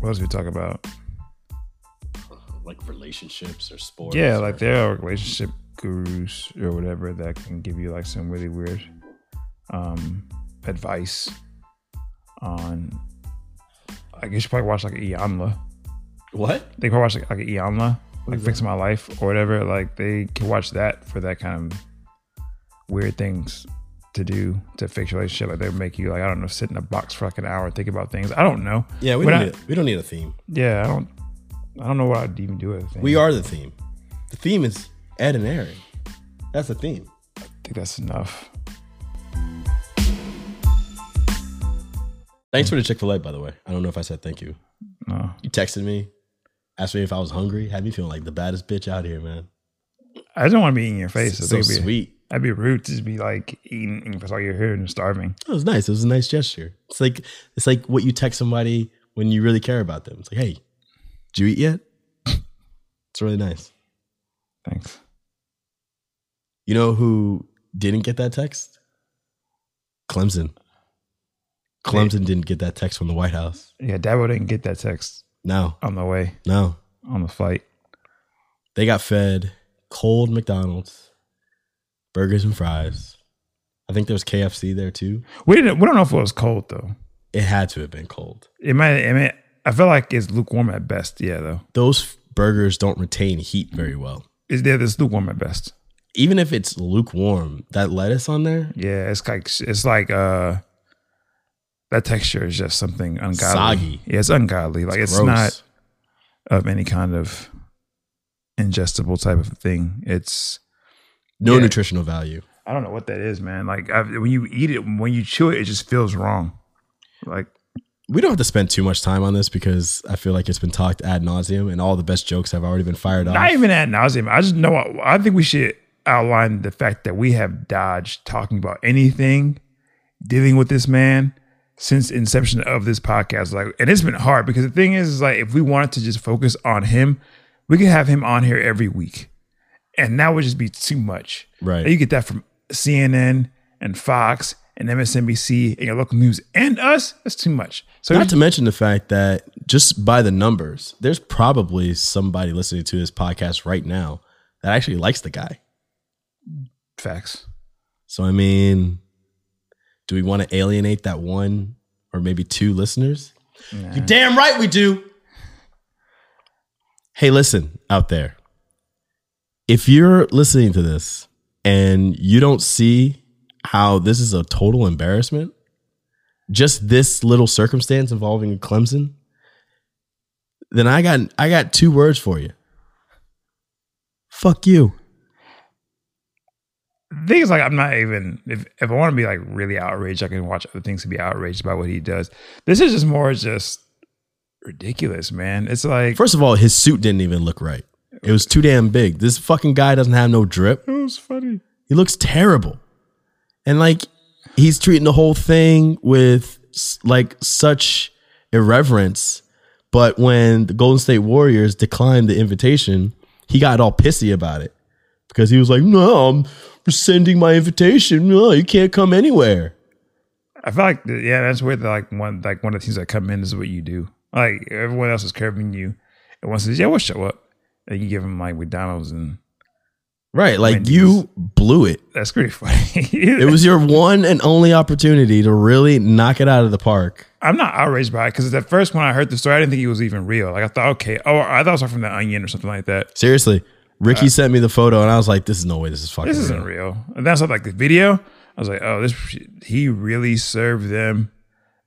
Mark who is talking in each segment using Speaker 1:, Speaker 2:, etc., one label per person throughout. Speaker 1: What else we talk about?
Speaker 2: like relationships or sports.
Speaker 1: Yeah, like
Speaker 2: or-
Speaker 1: there are relationship gurus or whatever that can give you like some really weird um advice on I guess you probably watch like Ianla.
Speaker 2: what?
Speaker 1: They probably watch like, like Ianla, like Fix My Life or whatever. Like they can watch that for that kind of weird things to do to fix your relationship. Like they make you like, I don't know, sit in a box for like an hour and think about things. I don't know.
Speaker 2: Yeah, we
Speaker 1: We're
Speaker 2: don't
Speaker 1: not-
Speaker 2: need a, we don't need a theme.
Speaker 1: Yeah, I don't I don't know what I'd even do with it.
Speaker 2: We are the theme. The theme is Ed and Aaron. That's the theme.
Speaker 1: I think that's enough.
Speaker 2: Thanks for the Chick Fil A, by the way. I don't know if I said thank you.
Speaker 1: No.
Speaker 2: You texted me, asked me if I was hungry, had me feeling like the baddest bitch out here, man.
Speaker 1: I don't want to be in your face. I
Speaker 2: so
Speaker 1: think it'd be,
Speaker 2: sweet.
Speaker 1: I'd be rude to just be like eating in your face while you're here and starving.
Speaker 2: It was nice. It was a nice gesture. It's like it's like what you text somebody when you really care about them. It's like, hey, did you eat yet? It's really nice.
Speaker 1: Thanks.
Speaker 2: You know who didn't get that text? Clemson. Clemson didn't get that text from the White House.
Speaker 1: Yeah, Dabo didn't get that text
Speaker 2: No,
Speaker 1: on the way
Speaker 2: no.
Speaker 1: on the flight.
Speaker 2: They got fed cold McDonald's, burgers and fries. I think there was KFC there too.
Speaker 1: We didn't. We don't know if it was cold though.
Speaker 2: It had to have been cold.
Speaker 1: It might. I mean, I feel like it's lukewarm at best. Yeah, though.
Speaker 2: Those f- burgers don't retain heat very well.
Speaker 1: It's yeah, it's lukewarm at best.
Speaker 2: Even if it's lukewarm, that lettuce on there,
Speaker 1: Yeah, it's like it's like uh, that texture is just something ungodly.
Speaker 2: Soggy.
Speaker 1: Yeah, it's ungodly. Like it's
Speaker 2: gross.
Speaker 1: not of any kind of ingestible type of thing. It's
Speaker 2: no
Speaker 1: yeah.
Speaker 2: nutritional value.
Speaker 1: I don't know what that is, man. Like i when you eat it, when you chew it, it just feels wrong. Like
Speaker 2: We don't have to spend too much time on this because I feel like it's been talked ad nauseum, and all the best jokes have already been fired off.
Speaker 1: not even at nauseum. I just know. I, I think we should outline the fact that we have dodged talking about anything dealing with this man since inception of this podcast. Like, and it's been hard because the thing is, is like, if we wanted to just focus on him, we could have him on here every week, and that would just be too much.
Speaker 2: Right.
Speaker 1: You get that from CNN and Fox and MSNBC and your local news and us. That's too much. So
Speaker 2: Not to mention the fact that just by the numbers, there's probably somebody listening to this podcast right now that actually likes the guy.
Speaker 1: facts.
Speaker 2: So, I mean, do we want to alienate that one or maybe two listeners? you damn right we do. Hey, listen out there. If you're listening to this and you don't see how this is a total embarrassment, just this little circumstance involving Clemson, then I got I got two words for you. Fuck you.
Speaker 1: The thing is, like, I'm not even if if I want to be like really outraged, I can watch other things to be outraged by what he does. This is just more just ridiculous, man. It's like
Speaker 2: First of all, his suit didn't even look right. It was too damn big. This fucking guy doesn't have no drip.
Speaker 1: it was funny.
Speaker 2: He looks terrible. And like he's treating the whole thing with s- like such irreverence. But when the Golden State Warriors declined the invitation, he got all pissy about it because he was like, "No, I'm rescinding my invitation. No, you can't come anywhere."
Speaker 1: I feel like th- yeah, that's where the, like one like one of the things that come in is what you do. Like everyone else is curving you, and one says, "Yeah, we'll show up," and you give them like McDonald's, and
Speaker 2: Right? Like
Speaker 1: Wendy's.
Speaker 2: you blew it.
Speaker 1: that's pretty funny.
Speaker 2: It was your one and only opportunity to really knock it out of the park.
Speaker 1: I'm not outraged by it because at first when I heard the story, I didn't think it was even real. Like I thought, okay, oh, I thought it was from the Onion or something like that.
Speaker 2: Seriously, Ricky sent me the photo, and I was like, "This is no way. This is fucking.
Speaker 1: Uh, This isn't real. And that's not like the video. I was like, oh, this he really served them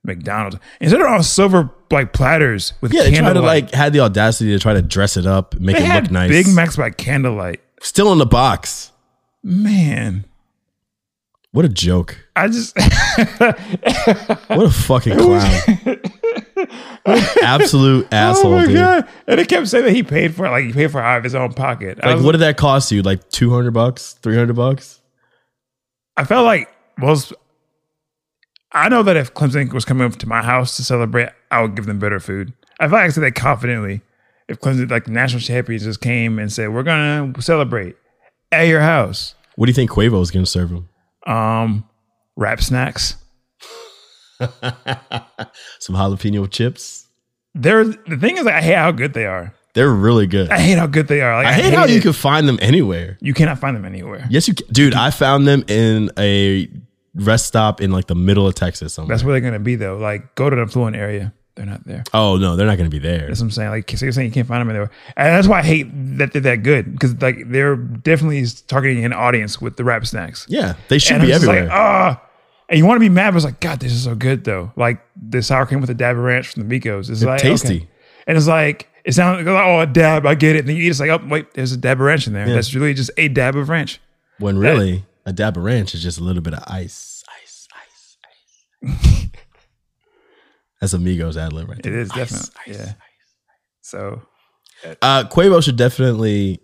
Speaker 1: McDonald's. And so they're on silver like platters with
Speaker 2: Yeah, they tried to
Speaker 1: candlelight.
Speaker 2: like had the audacity to try to dress it up, make
Speaker 1: they
Speaker 2: it
Speaker 1: had
Speaker 2: look nice.
Speaker 1: Big Macs by candlelight.
Speaker 2: Still in the box.
Speaker 1: Man,
Speaker 2: What a joke!
Speaker 1: I just
Speaker 2: What a fucking clown! What an absolute asshole,
Speaker 1: Oh oh my
Speaker 2: dude.
Speaker 1: god! And it kept saying that he paid for it, like he paid for it out of his own pocket. I,
Speaker 2: Like,
Speaker 1: was,
Speaker 2: what did that cost you? Like two hundred bucks, three hundred bucks?
Speaker 1: I felt like most. I know that if Clemson was coming up to my house to celebrate, I would give them better food. I feel like I said that confidently. If Clemson, like national champions, just came and said, "We're gonna celebrate at your house,"
Speaker 2: What do you think Quavo was gonna serve him?
Speaker 1: um, wrap snacks.
Speaker 2: Some jalapeno chips.
Speaker 1: They're the thing is I hate how good they are.
Speaker 2: They're really good.
Speaker 1: I hate how good they are. Like,
Speaker 2: I hate how you
Speaker 1: it.
Speaker 2: can find them anywhere.
Speaker 1: you cannot find them anywhere.
Speaker 2: Yes, you can. Dude, I found them in a rest stop in like the middle of Texas somewhere.
Speaker 1: That's where they're gonna be though. Like go to the affluent area. They're not there.
Speaker 2: Oh, no, they're not going to be there.
Speaker 1: That's what I'm saying. Like so you're saying you can't find them anywhere. And that's why I hate that they're that good. Because like they're definitely targeting an audience with the rap snacks.
Speaker 2: Yeah, they should
Speaker 1: and I'm
Speaker 2: be
Speaker 1: just
Speaker 2: everywhere.
Speaker 1: like, ah. and you want to be mad, but it's like, God, this is so good though. Like the sour cream with the dab of ranch from the Migos. It's oh, like okay.
Speaker 2: tasty.
Speaker 1: And it's like it sounds like oh a dab, I get it. And then you eat it's like, oh wait, there's a dab of ranch in there. That's really just a dab of ranch.
Speaker 2: when really, a dab of ranch is just a little bit of ice. Ice, ice, ice. That's Amigos ad lib right
Speaker 1: It
Speaker 2: there.
Speaker 1: is definitely yeah. So
Speaker 2: Uh, Quavo should definitely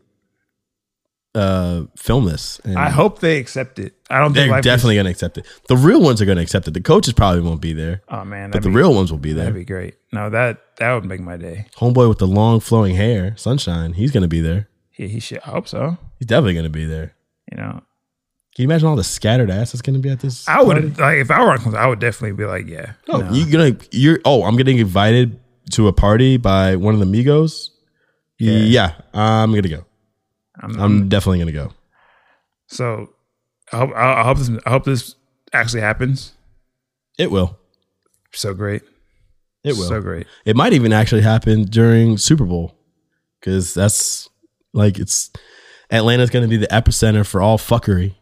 Speaker 2: uh, film this. and
Speaker 1: I hope they accept it. I don't think
Speaker 2: they're
Speaker 1: life is-
Speaker 2: definitely going to accept it. The real ones are going to accept it. The coaches probably won't be there,
Speaker 1: oh man,
Speaker 2: but
Speaker 1: that'd
Speaker 2: the
Speaker 1: be,
Speaker 2: real ones will be
Speaker 1: that'd
Speaker 2: there.
Speaker 1: be great. No, that that would make my day.
Speaker 2: Homeboy with the long flowing hair, Sunshine, he's going to be there.
Speaker 1: He, he should. I hope so.
Speaker 2: He's definitely going to be there.
Speaker 1: You know,
Speaker 2: Can you imagine all the scattered ass that's going to be at this?
Speaker 1: I would like if I were on, Quincy, I would definitely be like, yeah,
Speaker 2: Oh,
Speaker 1: no.
Speaker 2: you gonna you're oh, I'm getting invited to a party by one of the Migos. Yeah, I'm gonna go.
Speaker 1: I'm-
Speaker 2: I'm definitely gonna go.
Speaker 1: So I hope I, I hope this I hope this actually happens.
Speaker 2: It will.
Speaker 1: So great.
Speaker 2: It will.
Speaker 1: So great.
Speaker 2: it might even actually happen during Super Bowl because that's like it's Atlanta's gonna be the epicenter for all fuckery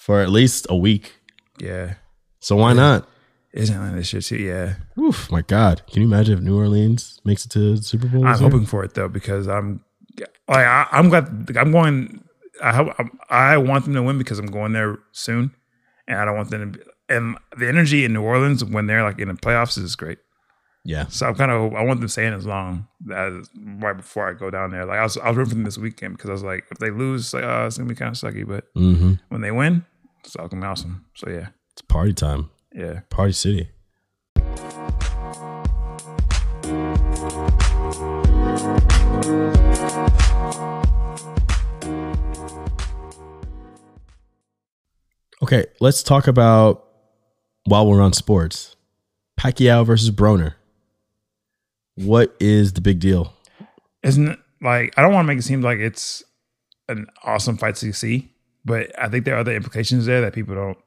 Speaker 2: for at least a week.
Speaker 1: Yeah.
Speaker 2: So why not?
Speaker 1: Isn't Atlanta this year too? Yeah.
Speaker 2: Oof, my God! Can you imagine if New Orleans makes it to the Super Bowl?
Speaker 1: I'm
Speaker 2: this year?
Speaker 1: hoping for it though because I'm like I, I'm glad I'm going. I hope I'm, I want them to win because I'm going there soon, and I don't want them to. Be, and the energy in New Orleans when they're like in the playoffs is great.
Speaker 2: Yeah,
Speaker 1: So I'm kind of I want them staying as long as right before I go down there. Like I was I was rooting for them this weekend because I was like if they lose, it's like, oh, it's gonna be kind of sucky. But
Speaker 2: hmm
Speaker 1: when they win, it's all gonna be awesome. So yeah,
Speaker 2: it's party time.
Speaker 1: yeah.
Speaker 2: Party City. Okay, let's talk about while we're on sports. Pacquiao versus Broner. What is the big deal?
Speaker 1: isn't it, like I don't want to make it seem like it's an awesome fight to see, but I think there are other implications there that people don't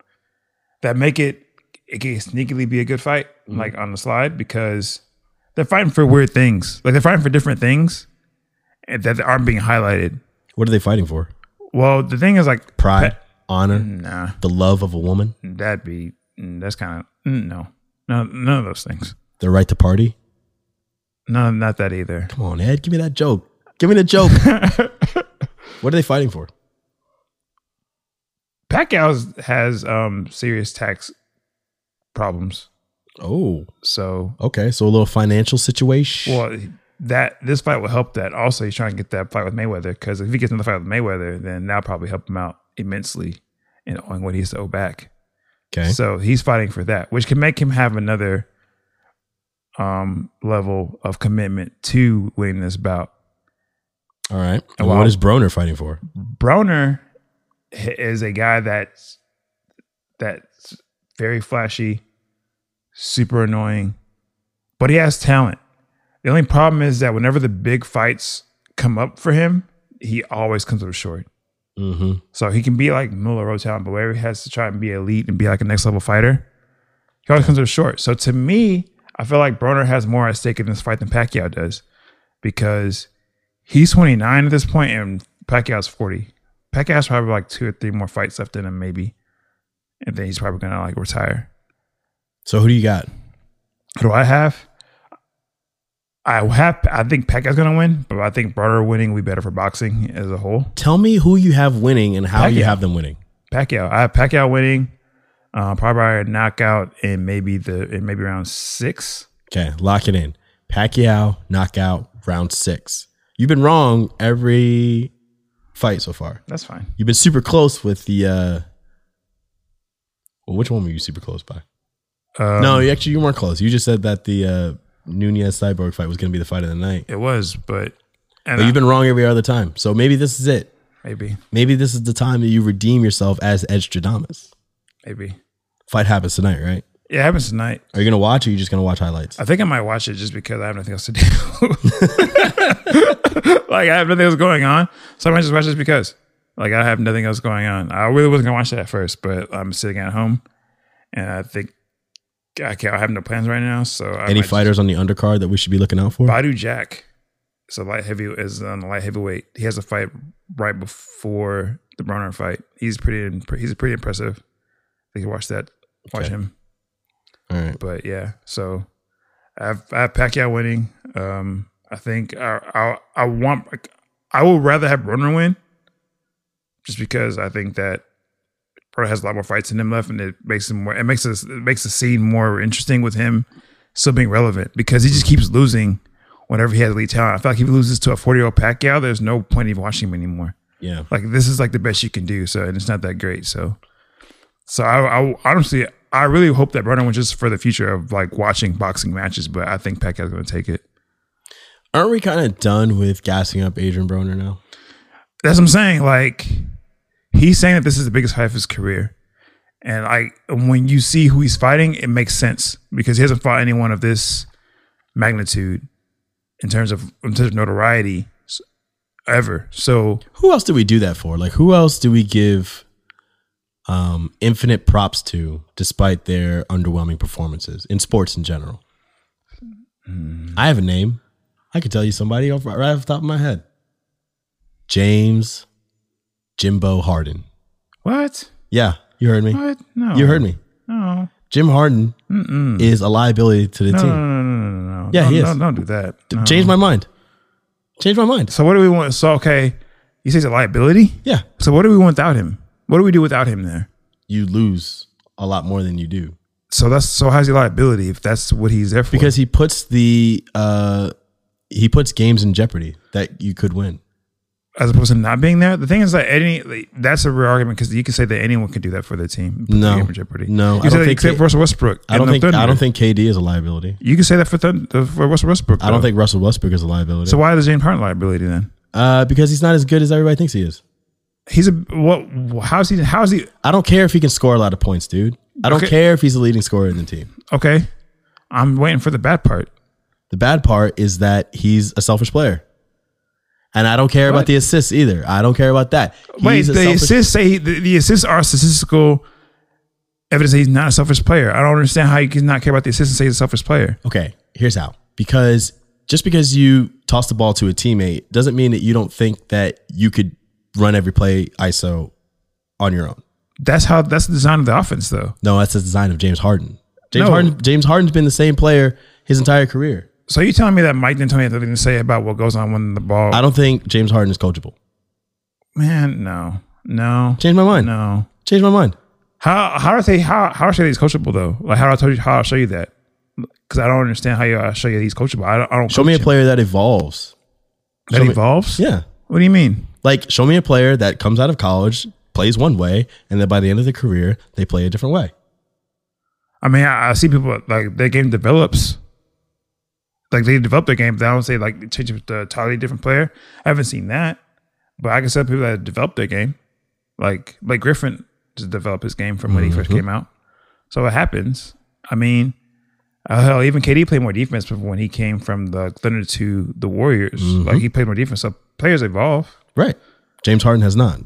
Speaker 1: that make it it can sneakily be a good fight, like on the slide, because they're fighting for weird things. Like they're fighting for different things and that aren't being highlighted.
Speaker 2: What are they fighting for?
Speaker 1: Well, the thing is like
Speaker 2: Pride, honor,
Speaker 1: nah,
Speaker 2: the love of a woman,
Speaker 1: that'd be mm, that's kind of mm, no, no, none of those things.
Speaker 2: the right to party.
Speaker 1: No, not that either.
Speaker 2: Come on, Ed, give me that joke. Give me the joke. what are they fighting for?
Speaker 1: Pacquiao has um serious tax problems,
Speaker 2: Oh,
Speaker 1: so
Speaker 2: Okay, so a little financial situation.
Speaker 1: Well, that this fight will help that. Also, he's trying to get that fight with Mayweather because if he gets another fight with Mayweather, then that'll probably help him out immensely in on what he has to owe back.
Speaker 2: okay,
Speaker 1: So he's fighting for that, which can make him have another um level of commitment to winning this bout.
Speaker 2: all right.
Speaker 1: Oh,
Speaker 2: And
Speaker 1: Wow.
Speaker 2: what is Broner fighting for?
Speaker 1: Broner h- is a guy that's that's very flashy, super annoying, but he has talent. The only problem is that whenever the big fights come up for him, he always comes up short.
Speaker 2: Mm-hmm.
Speaker 1: So he can be like Miller Rotown, but wherever he has to try and be elite and be like a next level fighter, he always comes up short. So to me, I feel like Broner has more at stake in this fight than Pacquiao does because he's 29 at this point and Pacquiao's 40. Pacquiao's probably like two or three more fights left in him, maybe. And then he's probably going to like retire.
Speaker 2: So who do you got?
Speaker 1: Who do I have? I have, I think Pacquiao's going to win, but I think Broner winning would be better for boxing as a whole.
Speaker 2: Tell me who you have winning and how you
Speaker 1: Pacquiao.
Speaker 2: have them winning.
Speaker 1: Pacquiao. I have Pacquiao winning, uh, probably by a knockout in maybe the in maybe round six.
Speaker 2: Okay, lock it in. Pacquiao knockout round six. You've been wrong every fight so far.
Speaker 1: That's fine.
Speaker 2: You've been super close with the. uh Well, which one were you super close by?
Speaker 1: Um,
Speaker 2: no, you actually you weren't close. You just said that the uh Nunez Cyborg fight was going to be the fight of the night,
Speaker 1: it was, but and
Speaker 2: but
Speaker 1: I-
Speaker 2: you've been wrong every other time. So maybe this is it.
Speaker 1: maybe
Speaker 2: Maybe this is the time that you redeem yourself as Edge Stradamus.
Speaker 1: maybe
Speaker 2: Fight happens tonight, right?
Speaker 1: It happens tonight.
Speaker 2: Are you gonna watch, or are you just gonna watch highlights?
Speaker 1: I think I might watch it just because I have nothing else to do. like I have nothing else going on, so I might just watch this because, like, I have nothing else going on. I really wasn't gonna watch that at first, but I'm sitting at home, and I think I can't. I have no plans right now, so I
Speaker 2: Any
Speaker 1: might just-
Speaker 2: fighters on the undercard that we should be looking out for?
Speaker 1: Badu Jack is a light heavy is on the light heavyweight. He has a fight right before the Broner fight. He's pretty imp- he's pretty impressive. I think you watch that watch
Speaker 2: Okay.
Speaker 1: him.
Speaker 2: All right.
Speaker 1: But yeah, so I have I have Pacquiao winning. Um I think I I, I want I would rather have Broner win just because I think that Broner has a lot more fights in him left and it makes him more it makes us it makes the scene more interesting with him still being relevant because he just keeps losing whenever he has elite talent. I feel like if he loses to a 40 year old Pacquiao, there's no point in watching him anymore.
Speaker 2: Yeah.
Speaker 1: Like this is like the best you can do. So and it's not that great. So so I, I honestly I really hope that Broner wins just for the future of like watching boxing matches, but I think Pacquiao's gonna take it.
Speaker 2: Aren't we kind of done with gassing up Adrian Broner now?
Speaker 1: That's what I'm saying. Like he's saying that this is the biggest fight of his career. And like when you see who he's fighting, it makes sense because he hasn't fought anyone of this magnitude in terms of in terms of notoriety s- ever. So
Speaker 2: Who else do we do that for? Like, who else do we give um, infinite props to, despite their underwhelming performances in sports in general? I have a name. I could tell you somebody off, right off the top of my head. James Jimbo Harden.
Speaker 1: what?
Speaker 2: Yeah, you heard me.
Speaker 1: What? No.
Speaker 2: You heard me.
Speaker 1: No.
Speaker 2: Jim Harden
Speaker 1: Mm-mm.
Speaker 2: is a liability to the
Speaker 1: No,
Speaker 2: team.
Speaker 1: no, no, no, no, no, no.
Speaker 2: Yeah,
Speaker 1: no,
Speaker 2: he
Speaker 1: no,
Speaker 2: is.
Speaker 1: Don't do that. No.
Speaker 2: Change my mind. Change my mind.
Speaker 1: So what do we want? So okay, you say it's a liability.
Speaker 2: Yeah.
Speaker 1: So what do we want without him? What do we do without him there?
Speaker 2: You lose a lot more than you do
Speaker 1: So that's so how's he a liability if that's what he's there for?
Speaker 2: because he puts the uh he puts games in jeopardy that you could win.
Speaker 1: as opposed to not being there, the thing is that any like, that's a real argument because you can say that anyone can do that for their team. Put
Speaker 2: No.
Speaker 1: the game in jeopardy.
Speaker 2: No,
Speaker 1: you
Speaker 2: I
Speaker 1: can say
Speaker 2: don't
Speaker 1: that
Speaker 2: think
Speaker 1: except
Speaker 2: K-
Speaker 1: for Russell Westbrook.
Speaker 2: I don't
Speaker 1: and the
Speaker 2: think I
Speaker 1: Thunder.
Speaker 2: don't think KD is a liability.
Speaker 1: you can say that for, Thunder, for Russell Westbrook.
Speaker 2: I don't
Speaker 1: though.
Speaker 2: think Russell Westbrook is a liability.
Speaker 1: So why is James Harden liability then?
Speaker 2: uh because he's not as good as everybody thinks he is.
Speaker 1: He's a what? How's he? How's he?
Speaker 2: I don't care if he can score a lot of points, dude. I don't
Speaker 1: Okay.
Speaker 2: care if he's the leading scorer in the team.
Speaker 1: Okay, I'm waiting for the bad part.
Speaker 2: The bad part is that he's a selfish player. And I don't care about
Speaker 1: What?
Speaker 2: the assists either. I don't care about that.
Speaker 1: Wait,
Speaker 2: He's a
Speaker 1: the
Speaker 2: selfish-
Speaker 1: assists say the, the assists are statistical evidence that he's not a selfish player. I don't understand how you can not care about the assists and say he's a selfish player.
Speaker 2: Okay, here's how. Because just because you toss the ball to a teammate doesn't mean that you don't think that you could run every play ISO on your own.
Speaker 1: That's how that's the design of the offense, though.
Speaker 2: No, that's the design of James Harden. James
Speaker 1: No.
Speaker 2: Harden James Harden's been the same player his entire career.
Speaker 1: So you telling me that Mike D'Antoni had nothing to say about what goes on when the ball?
Speaker 2: I don't think James Harden is coachable.
Speaker 1: Man, no, no,
Speaker 2: Change my mind.
Speaker 1: no.
Speaker 2: Change my mind.
Speaker 1: How how do they how how do I say that he's coachable though? Like how do I told you how I show you that? Because I don't understand how you I show you that he's coachable. I don't. I don't
Speaker 2: Show me a
Speaker 1: coach him.
Speaker 2: player that evolves.
Speaker 1: that
Speaker 2: show me-
Speaker 1: evolves.
Speaker 2: Yeah.
Speaker 1: What do you mean?
Speaker 2: Like show me a player that comes out of college, plays one way, and then by the end of their career, they play a different way.
Speaker 1: I mean, I, I see people like their game develops. Like they develop their game. But I don't say like change it to a totally different player. I haven't seen that, but I can see people that develop their game. Like Blake Griffin just developed his game from when he first came out. So it happens. I mean, uh, hell, even KD played more defense from when he came from the Thunder to the Warriors. Like he played more defense. So players evolve.
Speaker 2: Right. James Harden has not.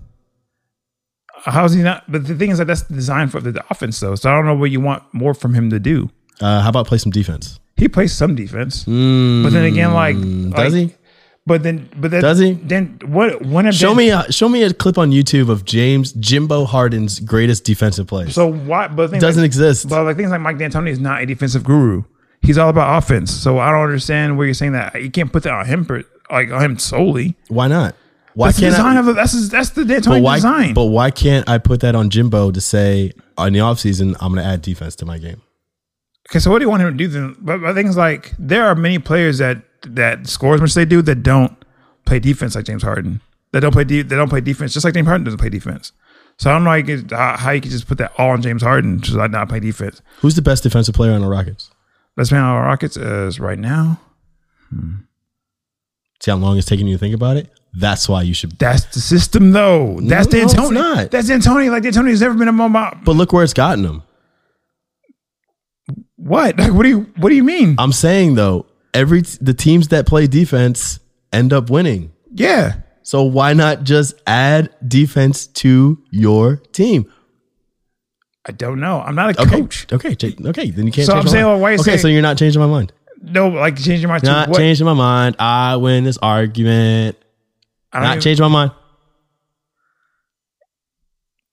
Speaker 1: How's he not? But the thing is that that's the design for the offense, though. So I don't know what you want more from him to do.
Speaker 2: Uh, how about play some defense?
Speaker 1: He plays some defense. But then again, like,
Speaker 2: Does
Speaker 1: like-
Speaker 2: Hmm. he?
Speaker 1: But then, but then,
Speaker 2: Does he?
Speaker 1: Then what? When have
Speaker 2: Show
Speaker 1: then-
Speaker 2: me a show me a clip on YouTube of James Jimbo Harden's greatest defensive plays.
Speaker 1: So why? But things
Speaker 2: Doesn't
Speaker 1: like,
Speaker 2: exist.
Speaker 1: But like things like Mike D'Antoni is not a defensive guru. He's all about offense. So I don't understand where you're saying that you can't put that on him, per, like on him solely.
Speaker 2: Why not? Why
Speaker 1: That's the
Speaker 2: can't
Speaker 1: design
Speaker 2: I,
Speaker 1: of the, that's his- that's the
Speaker 2: but
Speaker 1: D'Antoni
Speaker 2: why
Speaker 1: design.
Speaker 2: but why can't I put that on Jimbo to say on the offseason I'm going to add defense to my game?
Speaker 1: okay, so what do you want him to do then? But, but things like there are many players that that score as much as they do that don't play defense like James Harden. That don't play de- they don't play defense just like James Harden doesn't play defense. So I don't know how you could, how, how you could just put that all on James Harden to like not play defense.
Speaker 2: Who's the best defensive player on the Rockets?
Speaker 1: Best man on the Rockets is right now.
Speaker 2: See how long it's taking you to think about it? That's why you should
Speaker 1: That's the system, though. That's
Speaker 2: No, no, it's
Speaker 1: D'Antoni.
Speaker 2: not.
Speaker 1: That's D'Antoni. Like D'Antoni's never been a mom.
Speaker 2: But look where it's gotten him.
Speaker 1: what? Like, what do you what do you mean?
Speaker 2: I'm saying though, every the teams that play defense end up winning.
Speaker 1: yeah.
Speaker 2: So why not just add defense to your team?
Speaker 1: I don't know. I'm not a
Speaker 2: Okay.
Speaker 1: coach.
Speaker 2: Okay. Ch- Okay. Then you can't.
Speaker 1: So
Speaker 2: change
Speaker 1: I'm
Speaker 2: my
Speaker 1: saying,
Speaker 2: mind.
Speaker 1: well, why you
Speaker 2: okay.
Speaker 1: saying-
Speaker 2: so you're not changing my mind.
Speaker 1: No, like changing my
Speaker 2: Not
Speaker 1: what?
Speaker 2: changing my mind. I win this argument.
Speaker 1: I
Speaker 2: Not changing my mind.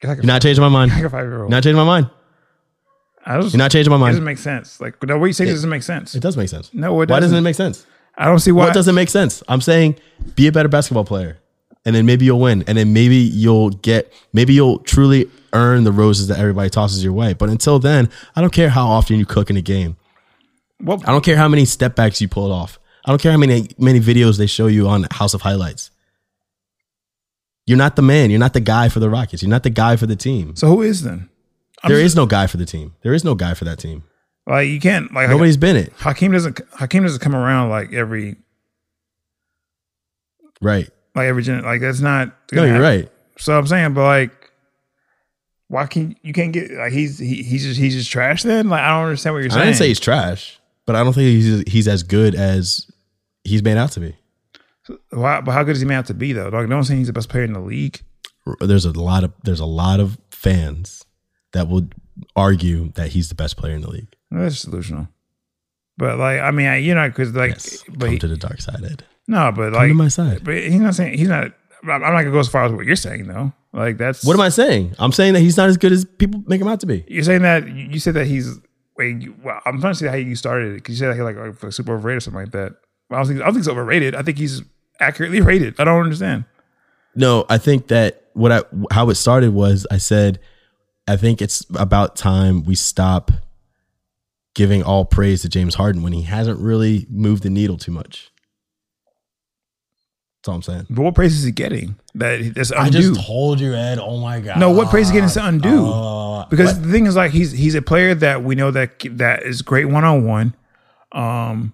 Speaker 1: Like
Speaker 2: You're not changing my mind.
Speaker 1: like a five year
Speaker 2: You're
Speaker 1: old.
Speaker 2: not changing my mind.
Speaker 1: I was,
Speaker 2: You're not changing my
Speaker 1: it
Speaker 2: mind.
Speaker 1: doesn't make sense. Like the way you say this doesn't make sense.
Speaker 2: It does make sense.
Speaker 1: No, it
Speaker 2: Why doesn't
Speaker 1: doesn't.
Speaker 2: it make sense?
Speaker 1: I don't see why.
Speaker 2: What doesn't make sense? I'm saying be a better basketball player, and then maybe you'll win, and then maybe you'll get, maybe you'll truly earn the roses that everybody tosses your way. But until then, I don't care how often you cook in a game.
Speaker 1: Well,
Speaker 2: I don't care how many step backs you pulled off. I don't care how many many videos they show you on House of Highlights. You're not the man. You're not the guy for the Rockets. You're not the guy for the team.
Speaker 1: so who is then? I'm
Speaker 2: There
Speaker 1: just-
Speaker 2: is no guy for the team. There is no guy for that team.
Speaker 1: like you can't like
Speaker 2: Nobody's been it.
Speaker 1: Hakeem doesn't Hakeem doesn't come around like every
Speaker 2: Right.
Speaker 1: like every gen like that's not.
Speaker 2: No, you're right.
Speaker 1: So I'm saying, but like, why can't you can't get like he's he, he's just he's just trash then? Like I don't understand what you're saying.
Speaker 2: I didn't say he's trash, but I don't think he's he's as good as he's made out to be.
Speaker 1: Why, but how good is he made out to be though? Like, don't say he's the best player in the league.
Speaker 2: There's a lot of there's a lot of fans that would argue that he's the best player in the league.
Speaker 1: No, That's delusional. But like, I mean, I, you know, because like,
Speaker 2: Yes,
Speaker 1: but
Speaker 2: come
Speaker 1: he,
Speaker 2: to the dark side, Ed.
Speaker 1: no, but
Speaker 2: Come
Speaker 1: like,
Speaker 2: to my side.
Speaker 1: but he's not saying he's not. I'm I'm not gonna go as far as what you're saying though. Like that's
Speaker 2: What am I saying? I'm saying that he's not as good as people make him out to be.
Speaker 1: You're saying that you you said that he's. Wait, you, well, I'm trying to see how you started it because you said that he like, like super overrated or something like that. I don't think I don't think he's overrated. I think he's accurately rated. I don't understand.
Speaker 2: No, I think that what I how it started was I said I think it's about time we stop giving all praise to James Harden when he hasn't really moved the needle too much. That's all I'm saying.
Speaker 1: But what praise is he getting? That he- that's
Speaker 2: I
Speaker 1: undue.
Speaker 2: just told you, Ed. Oh my god.
Speaker 1: no, what praise is he getting
Speaker 2: Ah,
Speaker 1: to undo?
Speaker 2: Uh,
Speaker 1: because the thing is like he's he's a player that we know that that is great one on one, um,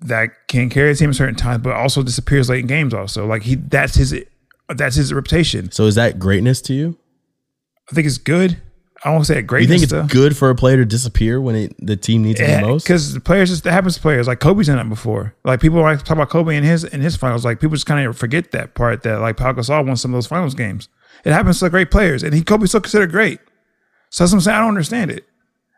Speaker 1: that can carry a team at certain times, but also disappears late in games. Also, like he that's his that's his reputation.
Speaker 2: so is that greatness to you?
Speaker 1: I think it's good. I won't say it great.
Speaker 2: You think it's good for a player to disappear when it, the team needs him the most?
Speaker 1: because the players just that happens to players. Like Kobe's done that before. Like people like talk about Kobe in his in his finals. Like people just kind of forget that part that like Pau Gasol won some of those finals games. It happens to great players, and he Kobe's still considered great. So that's what I'm saying. I don't understand it.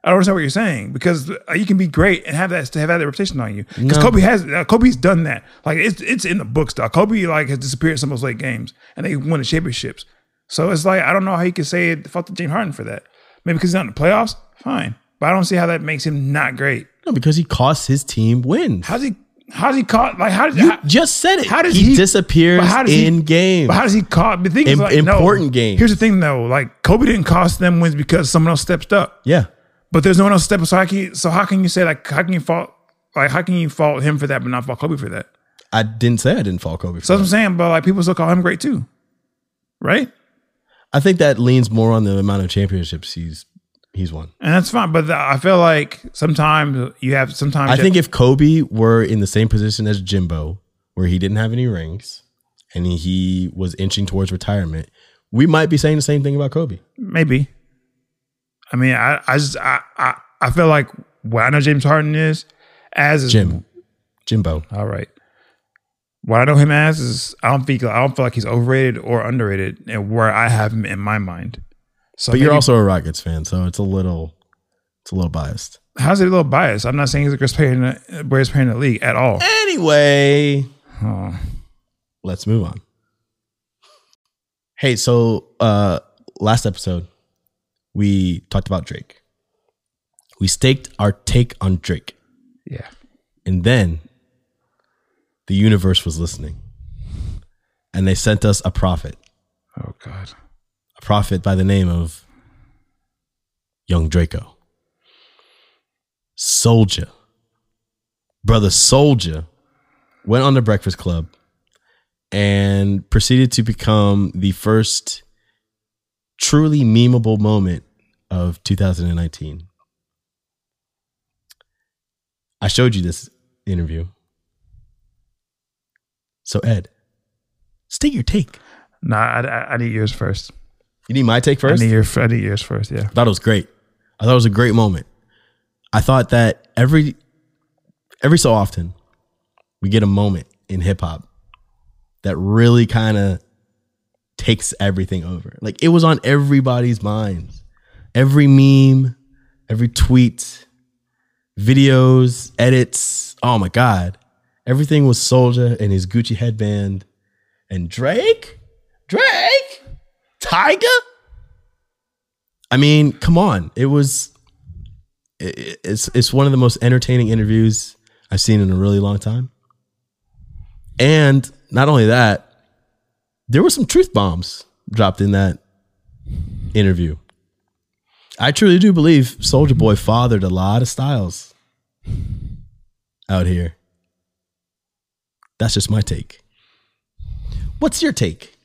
Speaker 1: I don't understand what you're saying because uh, you can be great and have that to have that reputation on you. Because
Speaker 2: No.
Speaker 1: Kobe has uh, Kobe's done that. Like it's it's in the books. Dog. Kobe like has disappeared in some of those late games and they won the championships. So it's like I don't know how you can say it fault to James Harden for that. Maybe because he's not in the playoffs, fine. But I don't see how that makes him not great.
Speaker 2: No, because he costs his team wins.
Speaker 1: How's he? How's he caught? Like how does
Speaker 2: you
Speaker 1: how,
Speaker 2: just said it.
Speaker 1: how does
Speaker 2: he,
Speaker 1: he-
Speaker 2: disappears
Speaker 1: but how does he-
Speaker 2: in game?
Speaker 1: but how does he caught? The thing
Speaker 2: Im-
Speaker 1: is like, no.
Speaker 2: important games.
Speaker 1: Here's the thing though. Like Kobe didn't cost them wins because someone else stepped up.
Speaker 2: yeah.
Speaker 1: But there's no one else stepping. So how can you, so how can you say like how can you fault like how can you fault him for that but not fault Kobe for that?
Speaker 2: I didn't say I didn't follow Kobe. for
Speaker 1: So
Speaker 2: that.
Speaker 1: that's what I'm saying. But like people still call him great too, right?
Speaker 2: I think that leans more on the amount of championships he's he's won.
Speaker 1: And that's fine. But the, I feel like sometimes you have sometimes
Speaker 2: I think if Kobe were in the same position as Jimbo, where he didn't have any rings and he was inching towards retirement, we might be saying the same thing about Kobe.
Speaker 1: maybe. I mean, I I just I I, I feel like what I know James Harden is as is
Speaker 2: Jim, Jimbo.
Speaker 1: All right. What I know him as is I don't think I don't feel like he's overrated or underrated, and where I have him in my mind. So,
Speaker 2: But you're
Speaker 1: maybe-
Speaker 2: also a Rockets fan, so it's a little it's a little biased.
Speaker 1: how's it a little biased? I'm not saying he's the greatest player in the, greatest player in the league at all.
Speaker 2: Eh. Anyway,
Speaker 1: Oh.
Speaker 2: let's move on. Hey, so uh last episode we talked about Drake. We staked our take on Drake.
Speaker 1: Yeah,
Speaker 2: And then the universe was listening. And they sent us a prophet,
Speaker 1: Oh God.
Speaker 2: a prophet by the name of Young Draco. Soldier. Brother Soldier went on the Breakfast Club and proceeded to become the first truly memeable moment of 2019. I showed you this interview. So, Ed, state your take.
Speaker 1: Nah, I, I, I need yours first.
Speaker 2: You need my take first?
Speaker 1: I need your I need yours first. Yeah.
Speaker 2: I thought it was great. I thought it was a great moment. I thought that every every so often we get a moment in hip hop that really kind of takes everything over. Like it was on everybody's minds. Every meme, every tweet, videos, edits. Oh my god. Everything was Soldier and his Gucci headband and Drake? Drake? Tiger? I mean, come on. It was it- it's it's one of the most entertaining interviews I've seen in a really long time. And not only that, there were some truth bombs dropped in that interview. I truly do believe Soldier Boy fathered a lot of styles out here. That's just my take. What's your take?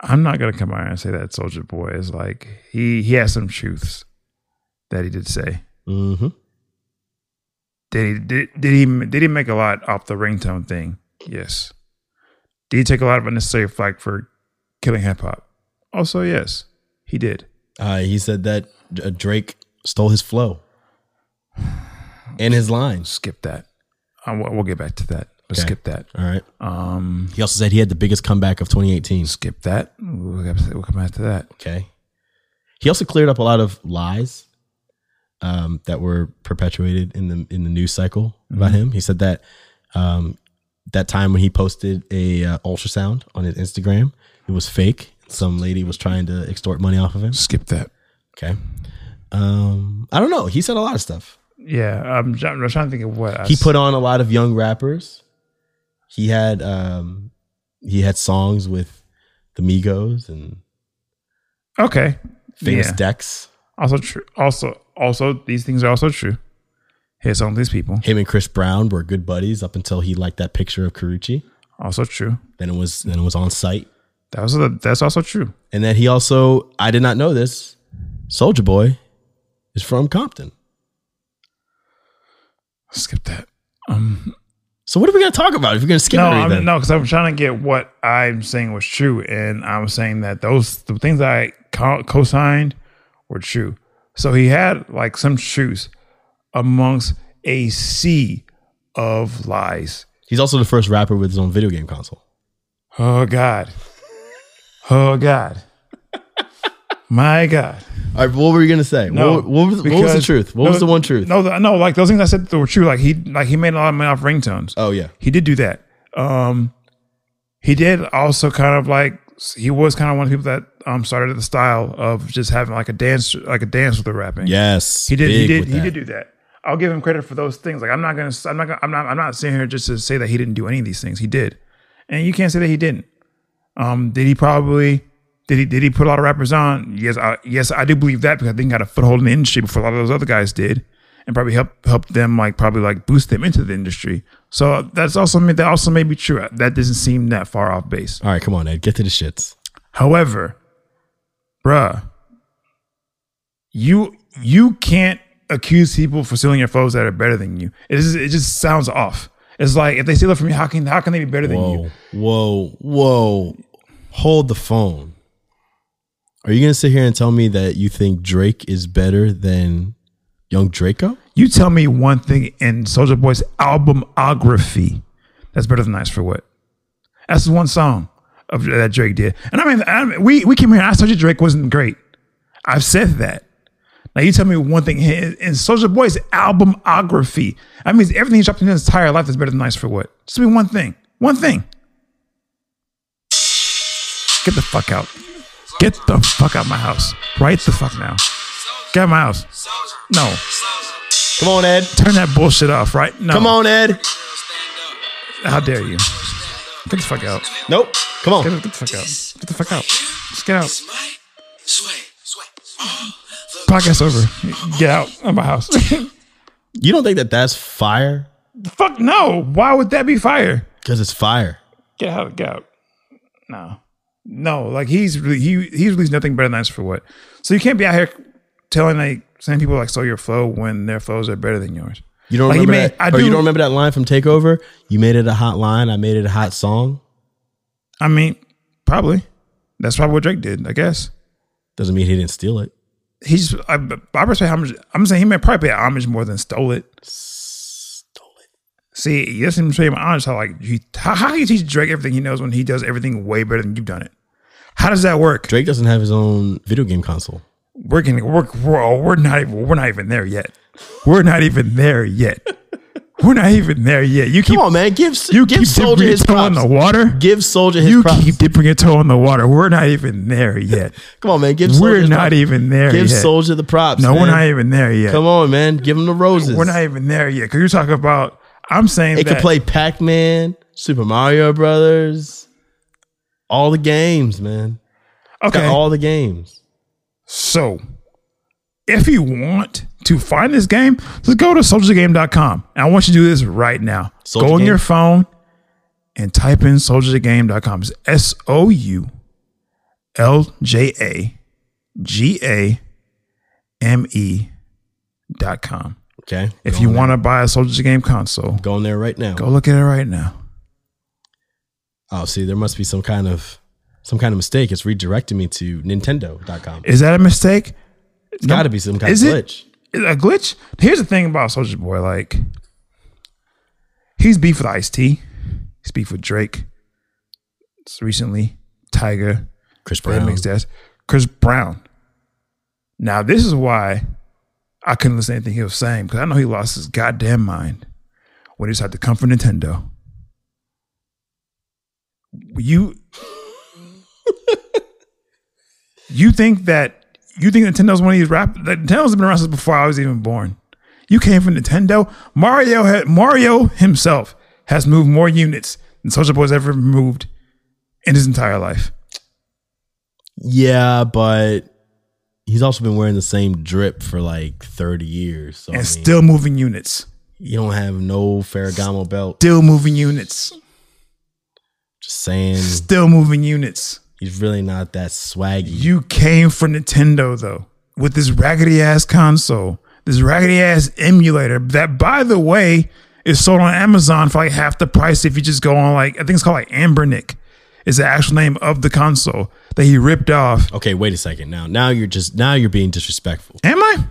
Speaker 1: I'm not gonna come out here and say that Soldier Boy is like he he has some truths that he did say.
Speaker 2: Mm-hmm.
Speaker 1: Did he did, did he did he make a lot off the ringtone thing? Yes. Did he take a lot of unnecessary flack for killing hip hop? Also, yes, he did.
Speaker 2: Uh, he said that uh, Drake stole his flow and his lines.
Speaker 1: Skip that. Um, we'll we'll get back to that. But
Speaker 2: Okay.
Speaker 1: skip that.
Speaker 2: All right.
Speaker 1: Um,
Speaker 2: He also said he had the biggest comeback of 2018.
Speaker 1: skip that. We'll, get back to- we'll come back to that.
Speaker 2: Okay. He also cleared up a lot of lies um, that were perpetuated in the in the news cycle about him. He said that um, that time when he posted a uh, ultrasound on his Instagram, it was fake. Some lady was trying to extort money off of him.
Speaker 1: Skip that.
Speaker 2: Okay. Um, I don't know. He said a lot of stuff.
Speaker 1: Yeah, I'm, try- I'm trying to think of what I
Speaker 2: He put on a lot of young rappers. He had um, he had songs with the Migos and
Speaker 1: Okay.
Speaker 2: famous
Speaker 1: Yeah.
Speaker 2: Dex.
Speaker 1: Also true. Also, also these things are also true. His on these people.
Speaker 2: him and Chris Brown were good buddies up until he liked that picture of Carucci.
Speaker 1: Also true.
Speaker 2: Then it was then it was on site.
Speaker 1: That was the, that's also true.
Speaker 2: And then he also I did not know this. Soldier Boy is from Compton.
Speaker 1: Skip that. Um,
Speaker 2: So what are we gonna talk about if we're gonna skip
Speaker 1: no,
Speaker 2: it?
Speaker 1: I'm,
Speaker 2: then?
Speaker 1: no, because I'm trying to get what I'm saying was true, and I'm saying that those the things I co- co-signed were true. So he had like some truths amongst a sea of lies.
Speaker 2: He's also the first rapper with his own video game console.
Speaker 1: Oh God. Oh God. My God.
Speaker 2: All right, what were you gonna say? what, what was, what was the
Speaker 1: because-
Speaker 2: truth? What
Speaker 1: no,
Speaker 2: was the one truth?
Speaker 1: No, the, no, like those things I said that were true. Like he, like he made a lot of money off ringtones.
Speaker 2: Oh yeah.
Speaker 1: He did do that. Um, he did also kind of like he was kind of one of the people that um started the style of just having like a dance, like a dance with the rapping.
Speaker 2: Yes.
Speaker 1: he did. He
Speaker 2: big
Speaker 1: did.
Speaker 2: with
Speaker 1: He
Speaker 2: that.
Speaker 1: did do that. I'll give him credit for those things. Like I'm not gonna, I'm not, gonna, I'm not, I'm not sitting here just to say that he didn't do any of these things. He did, and you can't say that he didn't. Um, did he probably? Did he? Did he put a lot of rappers on? Yes, I, yes, I do believe that because I think he got a foothold in the industry before a lot of those other guys did, and probably helped help them like probably like boost them into the industry. So that's also may- that also may be true. That doesn't seem that far off base.
Speaker 2: All right, come on, Ed. Get to the shits.
Speaker 1: However, bruh, you you can't accuse people for stealing your foes that are better than you. It just, it just sounds off. It's like if they steal it from you, how can how can they be better than you?
Speaker 2: Whoa, whoa, whoa. Hold the phone. Are you going to sit here and tell me that you think Drake is better than Young Draco?
Speaker 1: You tell me one thing in Soldier Boy's albumography that's better than Nice for What. That's one song of that Drake did. And I mean, I mean, we we came here. and I told you Drake wasn't great. I've said that. Now you tell me one thing in, in Soldier Boy's albumography. That means everything he's dropped in his entire life is better than Nice for What. Just be one thing. One thing. Get the fuck out. Get the fuck out of my house. Right the fuck now. Get out of my house. No.
Speaker 2: Come on, Ed.
Speaker 1: Turn that bullshit off, right? No.
Speaker 2: Come on, Ed.
Speaker 1: How dare you? Get the fuck out.
Speaker 2: Nope. Come
Speaker 1: Get,
Speaker 2: on.
Speaker 1: the- get the fuck out. Get the fuck out. Just get out.
Speaker 3: Podcast
Speaker 1: Podcast over. Get out of my house.
Speaker 2: You don't think that that's fire?
Speaker 1: fuck no. Why would that be fire?
Speaker 2: Because it's fire.
Speaker 1: Get out. Get out. No. No. Like he's re- he he's released nothing better than Ice for what. So you can't be out here telling like saying people like stole your flow when their flows are better than yours.
Speaker 2: You don't
Speaker 1: Like, he
Speaker 2: remember
Speaker 1: made-
Speaker 2: that,
Speaker 1: I
Speaker 2: or you
Speaker 1: do-
Speaker 2: don't remember that line from Takeover? You made it a hot line. I made it a hot song.
Speaker 1: I mean, probably. That's probably what Drake did, I guess.
Speaker 2: Doesn't mean he didn't steal it.
Speaker 1: he's I, I respect how much I'm saying he may probably pay homage more than stole it.
Speaker 2: Stole it.
Speaker 1: See, that's him saying honest. How like he how, how can you teach Drake everything he knows when he does everything way better than you've done it? How does that work?
Speaker 2: Drake doesn't have his own video game console.
Speaker 1: We're getting we're we're, oh, we're not even we're not even there yet. We're not even there yet. we're not even there yet. You keep
Speaker 2: Come on, man. Give
Speaker 1: you
Speaker 2: give
Speaker 1: keep
Speaker 2: Soldier
Speaker 1: dipping your
Speaker 2: his
Speaker 1: toe in
Speaker 2: props.
Speaker 1: the water.
Speaker 2: Give Soldier his
Speaker 1: You
Speaker 2: props.
Speaker 1: keep dipping your toe in the water. We're not even there yet.
Speaker 2: Come on, man. Give Soldier
Speaker 1: we're
Speaker 2: his
Speaker 1: not
Speaker 2: props.
Speaker 1: even there
Speaker 2: Give
Speaker 1: yet.
Speaker 2: Soldier the props.
Speaker 1: no, we're
Speaker 2: man.
Speaker 1: not even there yet.
Speaker 2: Come on, man. Give him the roses.
Speaker 1: We're not even there yet. Cause you talk about I'm saying
Speaker 2: It
Speaker 1: that
Speaker 2: could play Pac Man, Super Mario Brothers, all the games, man. Got
Speaker 1: okay.
Speaker 2: all the games.
Speaker 1: so if you want to find this game, just go to soldiergame.com. And I want you to do this right now.
Speaker 2: Soldier
Speaker 1: go on
Speaker 2: Game?
Speaker 1: your phone and type in soldiergame.com. It's S O U L J A G A M E dot com.
Speaker 2: Okay.
Speaker 1: If you want to buy a Soldier Game console,
Speaker 2: Going there right now.
Speaker 1: go look at it right now.
Speaker 2: Oh, see, there must be some kind of some kind of mistake. It's redirecting me to Nintendo.com.
Speaker 1: Is that a mistake?
Speaker 2: It's gotta be some kind
Speaker 1: Is
Speaker 2: of
Speaker 1: it?
Speaker 2: glitch.
Speaker 1: a glitch. Here's the thing about Soldier Boy, like he's beef with Ice T, he's beef with Drake. It's recently Tiger,
Speaker 2: Chris
Speaker 1: Brown.
Speaker 2: Brown.
Speaker 1: Mixed Dash, Chris Brown. Now this is why I couldn't listen to anything he was saying because I know he lost his goddamn mind when he decided to come for Nintendo. You, you think that you think Nintendo's one of these rap? That Nintendo's been around since before I was even born. You came from Nintendo. Mario had, Mario himself has moved more units than Social Boy's ever moved in his entire life.
Speaker 2: Yeah, but he's also been wearing the same drip for like 30 years. So I mean,
Speaker 1: and still moving units.
Speaker 2: you don't have no Ferragamo belt.
Speaker 1: Still moving units.
Speaker 2: Just saying
Speaker 1: Still moving units.
Speaker 2: he's really not that swaggy.
Speaker 1: You came for Nintendo though, with this raggedy ass console, this raggedy ass emulator that, by the way, is sold on Amazon for like half the price if you just go on like I think it's called like Ambernick. Is the actual name of the console that he ripped off.
Speaker 2: Okay, wait a second. Now, now you're just now you're being disrespectful
Speaker 1: Am I?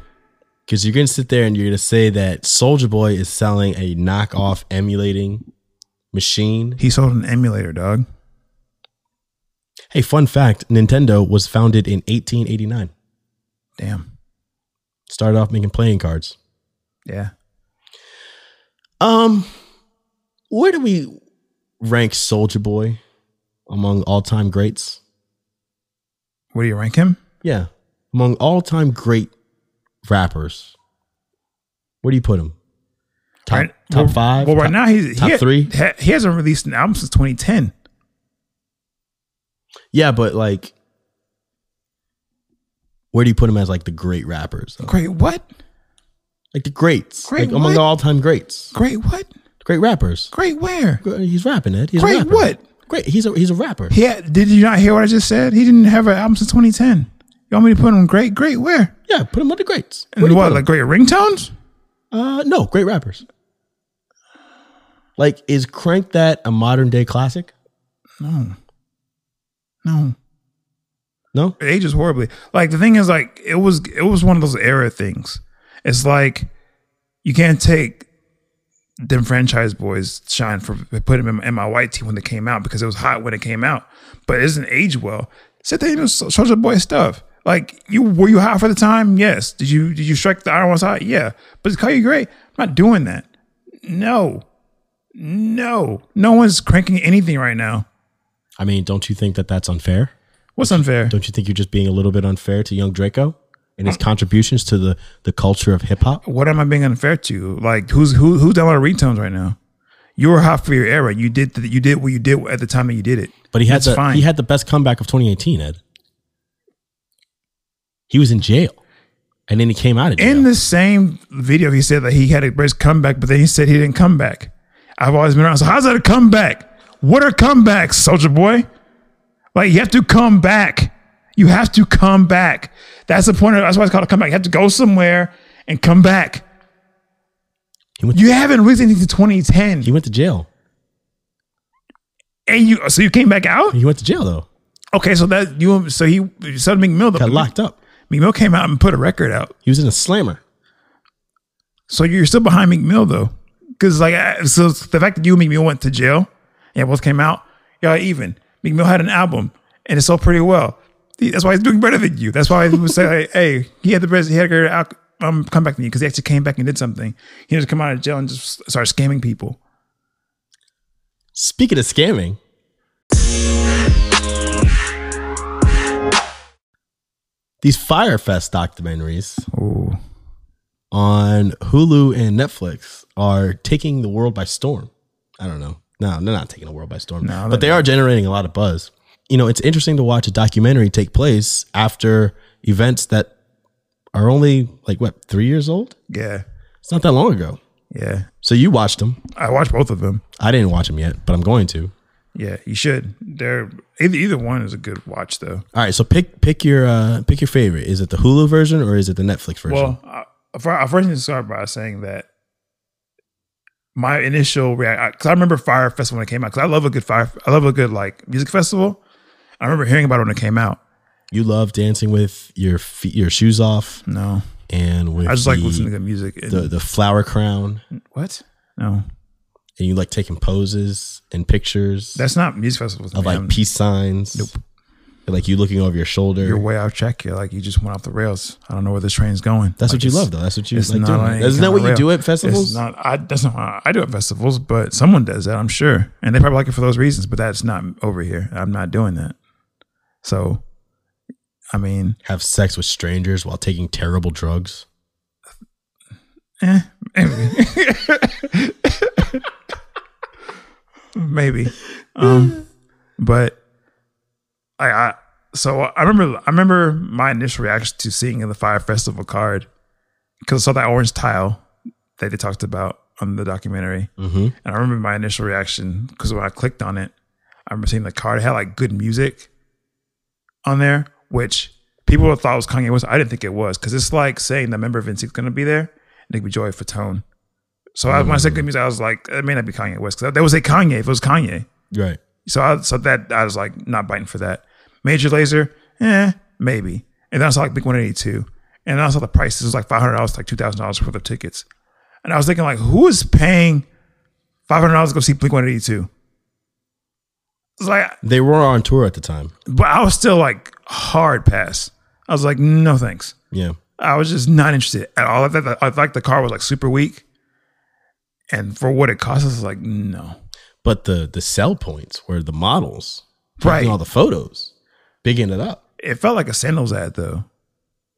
Speaker 2: because you're gonna sit there and you're gonna say that Soldier Boy is selling a knockoff emulating machine.
Speaker 1: He sold an emulator, dog.
Speaker 2: Hey, fun fact: Nintendo was founded in 1889.
Speaker 1: Damn.
Speaker 2: Started off making playing cards.
Speaker 1: Yeah.
Speaker 2: Um, where do we rank Soldier Boy among all-time greats?
Speaker 1: What do you rank him?
Speaker 2: Yeah, among all-time great rappers, where do you put him? Top
Speaker 1: Right-
Speaker 2: top
Speaker 1: well,
Speaker 2: five.
Speaker 1: Well, right
Speaker 2: top-
Speaker 1: now he's
Speaker 2: top
Speaker 1: he,
Speaker 2: three?
Speaker 1: ha- he hasn't released an album since 2010.
Speaker 2: Yeah, but like, where do you put him as like the great rappers? though?
Speaker 1: Great. What?
Speaker 2: Like the greats,
Speaker 1: Great
Speaker 2: like among
Speaker 1: what?
Speaker 2: the all-time greats,
Speaker 1: Great what?
Speaker 2: great rappers.
Speaker 1: Great where?
Speaker 2: Gr- He's rapping it. He's a
Speaker 1: Great
Speaker 2: rapper.
Speaker 1: what?
Speaker 2: Great. He's a he's a rapper.
Speaker 1: He had, did you not hear what I just said? He didn't have an album since 2010. You want me to put him great? Great where?
Speaker 2: Yeah, put him with the greats. Where do
Speaker 1: And
Speaker 2: you
Speaker 1: what,
Speaker 2: put
Speaker 1: like great ringtones?
Speaker 2: him? uh, no, great rappers. Like, is Crank That a modern day classic?
Speaker 1: No.
Speaker 2: No.
Speaker 1: It ages horribly. Like the thing is like it was it was one of those era things. It's like you can't take them franchise boys shine for putting them in my white team when they came out because it was hot when it came out. But it doesn't age well. Sit there and social boy stuff. Like you were you hot for the time? Yes. Did you did you strike the iron was hot? Yeah. But it's call you great. I'm not doing that. No. No. No one's cranking anything right now.
Speaker 2: I mean, don't you think that that's unfair?
Speaker 1: What's unfair?
Speaker 2: Don't you think you're just being a little bit unfair to young Draco and
Speaker 1: Uh,
Speaker 2: his contributions to the the culture of hip hop?
Speaker 1: what am I being unfair to? Like who's who who's down on the ringtones right now? You were hot for your era. You did the, you did what you did at the time that you did it.
Speaker 2: But he had
Speaker 1: That's
Speaker 2: the,
Speaker 1: fine.
Speaker 2: he had the best comeback of 2018, Ed. He was in jail, and then he came out of jail.
Speaker 1: In the same video, he said that he had a best comeback, but then he said he didn't come back. I've always been around. So how's that a comeback? What are comebacks, Soldier Boy? Like you have to come back. You have to come back. That's the point. Of, that's why it's called a comeback. You have to go somewhere and come back.
Speaker 2: He went-
Speaker 1: You haven't released anything since 2010,
Speaker 2: he went to jail.
Speaker 1: and you so you came back out.
Speaker 2: He went to jail though.
Speaker 1: Okay, so that you so he Southern McMill the
Speaker 2: Got locked up.
Speaker 1: Meek Mill came out and put a record out.
Speaker 2: He was in a slammer.
Speaker 1: So you're still behind Meek Mill though, because like I- so it's the fact that you and Meek Mill went to jail and both came out, y'all even. Meek Mill had an album and it sold pretty well. He- That's why he's doing better than you. That's why people say, like, "Hey, he had the best. He had a greater out- um, comeback than you because he actually came back and did something. He just come out of jail and just started scamming people."
Speaker 2: Speaking of scamming, these Firefest documentaries
Speaker 1: Oh,
Speaker 2: on Hulu and Netflix are taking the world by storm. I don't know. No, they're not taking the world by storm,
Speaker 1: No,
Speaker 2: but they are generating a lot of buzz. You know, it's interesting to watch a documentary take place after events that are only like what three years old.
Speaker 1: yeah,
Speaker 2: It's not that long ago.
Speaker 1: yeah.
Speaker 2: So you watched them.
Speaker 1: I watched both of them.
Speaker 2: I didn't watch them yet, but I'm going to.
Speaker 1: Yeah, you should. They're either either one is a good watch though.
Speaker 2: All right, so pick pick your uh, pick your favorite. Is it the Hulu version or is it the Netflix version?
Speaker 1: Well, I, I fir- I first need to start by saying that my initial reaction, because I remember Fire Festival when it came out, because I love a good fire, I love a good like music festival. I remember hearing about it when it came out.
Speaker 2: you love dancing with your feet, your shoes off,
Speaker 1: No,
Speaker 2: and with
Speaker 1: I just
Speaker 2: the,
Speaker 1: like listening to good music. and-
Speaker 2: the the flower crown, and
Speaker 1: what? No,
Speaker 2: you like taking poses and pictures
Speaker 1: that's not music festivals.
Speaker 2: of like
Speaker 1: man.
Speaker 2: peace signs. Nope. Like you looking over your shoulder.
Speaker 1: you're way out of check. You're like you just went off the rails. I don't know where this train's going.
Speaker 2: that's
Speaker 1: Like,
Speaker 2: what you
Speaker 1: it's-
Speaker 2: love, though. That's what you
Speaker 1: it's
Speaker 2: like
Speaker 1: not
Speaker 2: doing.
Speaker 1: on any
Speaker 2: Isn't that
Speaker 1: kind
Speaker 2: what
Speaker 1: of
Speaker 2: you
Speaker 1: rail.
Speaker 2: do at
Speaker 1: It's
Speaker 2: festivals?
Speaker 1: not. I, that's not what I do at festivals, but someone does that. I'm sure, and they probably like it for those reasons. But that's not over here. I'm not doing that. So, I mean,
Speaker 2: Have sex with strangers while taking terrible drugs.
Speaker 1: eh, maybe. maybe. Um, but I, I so I remember I remember my initial reaction to seeing the Fire Festival card because I saw that orange tile that they talked about on the documentary.
Speaker 2: Mm-hmm.
Speaker 1: And I remember my initial reaction because when I clicked on it, I remember seeing the card. It had like good music on there, which people thought was Kanye West. I didn't think it was because it's like saying the member of NSYNC is going to be there and it could be Joy Fatone. So I, when I said good music, I was like, it may not be Kanye West because they would say Kanye if it was Kanye.
Speaker 2: Right.
Speaker 1: So I, so that I was like not biting for that. Major Laser, eh, maybe. And then I saw like Big 182. And then I saw the prices was like five hundred dollars, like two thousand dollars worth of tickets. And I was thinking like, who is paying five hundred dollars to go see Blink 182? It's like,
Speaker 2: They were on tour at the time.
Speaker 1: but I was still like hard pass. I was like, no thanks.
Speaker 2: Yeah.
Speaker 1: I was just not interested at all. I thought the, I thought the car was like super weak. And for what it cost, I was like, no.
Speaker 2: But the the sell points were the models, taking
Speaker 1: Right.
Speaker 2: All the photos, bigging it up.
Speaker 1: it felt like a sandals ad though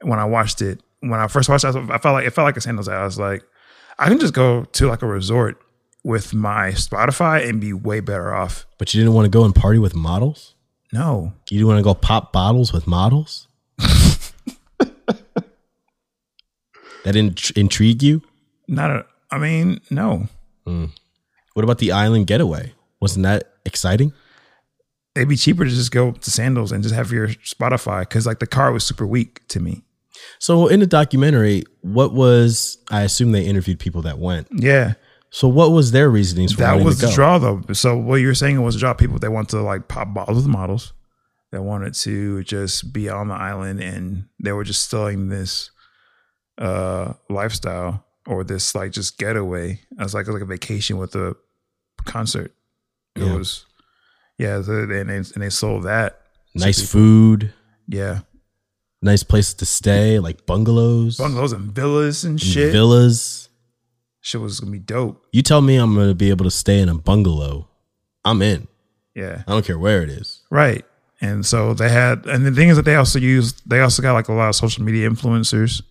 Speaker 1: when i watched it when i first watched it i felt like it felt like a sandals ad i was like i can just go to like a resort with my spotify and be way better off
Speaker 2: But you didn't want to go and party with models.
Speaker 1: no
Speaker 2: You didn't want to go pop bottles with models. that int- intrigue you.
Speaker 1: not a, i mean no
Speaker 2: What about the island getaway? Wasn't that exciting?
Speaker 1: it'd be cheaper to just go to sandals and just have your spotify because like the car was super weak to me
Speaker 2: So in the documentary, what was I assume they interviewed people that went.
Speaker 1: yeah
Speaker 2: So what was their reasonings for
Speaker 1: that
Speaker 2: wanting
Speaker 1: was
Speaker 2: to
Speaker 1: the
Speaker 2: go?
Speaker 1: draw though so what you were saying was the draw people that want to like pop bottles with models that wanted to just be on the island and they were just selling this uh lifestyle or this like just getaway i was like it was like a vacation with a concert it
Speaker 2: Yeah.
Speaker 1: was yeah so they- and they, and they sold that
Speaker 2: nice food,
Speaker 1: yeah
Speaker 2: nice places to stay, like bungalows,
Speaker 1: bungalows and villas and
Speaker 2: and
Speaker 1: shit
Speaker 2: villas.
Speaker 1: shit was gonna be dope
Speaker 2: You tell me I'm gonna be able to stay in a bungalow. I'm in.
Speaker 1: yeah
Speaker 2: I don't care where it is.
Speaker 1: Right. And so they had, and the thing is that they also used, they also got like a lot of social media influencers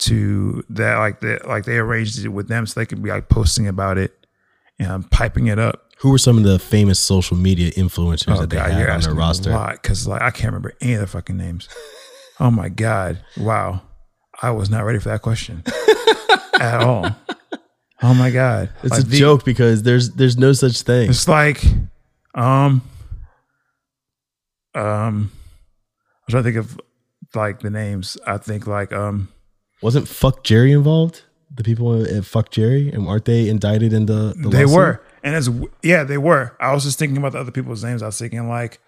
Speaker 1: to that, like that, like they arranged it with them so they could be like posting about it and um, piping it up.
Speaker 2: Who were some of the famous social media
Speaker 1: Oh
Speaker 2: influencers that Oh, they had on their
Speaker 1: a
Speaker 2: roster?
Speaker 1: lot because like I can't remember any of the fucking names. oh my god! Wow, I was not ready for that question at all. Oh my god!
Speaker 2: It's
Speaker 1: Like,
Speaker 2: a
Speaker 1: the-
Speaker 2: joke because there's there's no such thing.
Speaker 1: It's like, um, um, I'm trying to think of like the names. I think like um,
Speaker 2: Wasn't Fuck Jerry involved? The people at Fuck Jerry, and aren't they indicted in the? the
Speaker 1: they
Speaker 2: lawsuit?
Speaker 1: were, and it's yeah, they were. I was just thinking about the other people's names. I was thinking like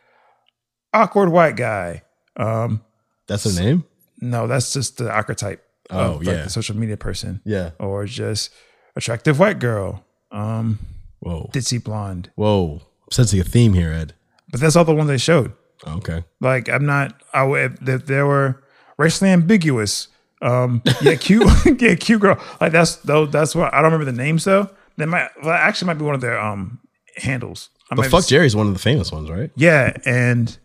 Speaker 1: awkward white guy, um,
Speaker 2: That's her name.
Speaker 1: No, that's just the archetype
Speaker 2: Oh,
Speaker 1: of like,
Speaker 2: yeah.
Speaker 1: the social media person
Speaker 2: Yeah.
Speaker 1: or just attractive white girl, um,
Speaker 2: Whoa.
Speaker 1: ditzy blonde.
Speaker 2: Whoa. Sensing a theme here, Ed.
Speaker 1: But that's all the ones they showed.
Speaker 2: Oh, Okay.
Speaker 1: Like I'm not. I would if, if there were racially ambiguous. Um, yeah, cute. yeah, cute girl. Like that's though. That's what I don't remember the names though. That might well, actually might be one of their um handles. I might
Speaker 2: But
Speaker 1: be-
Speaker 2: fuck Jerry's one of the famous ones, right?
Speaker 1: Yeah, and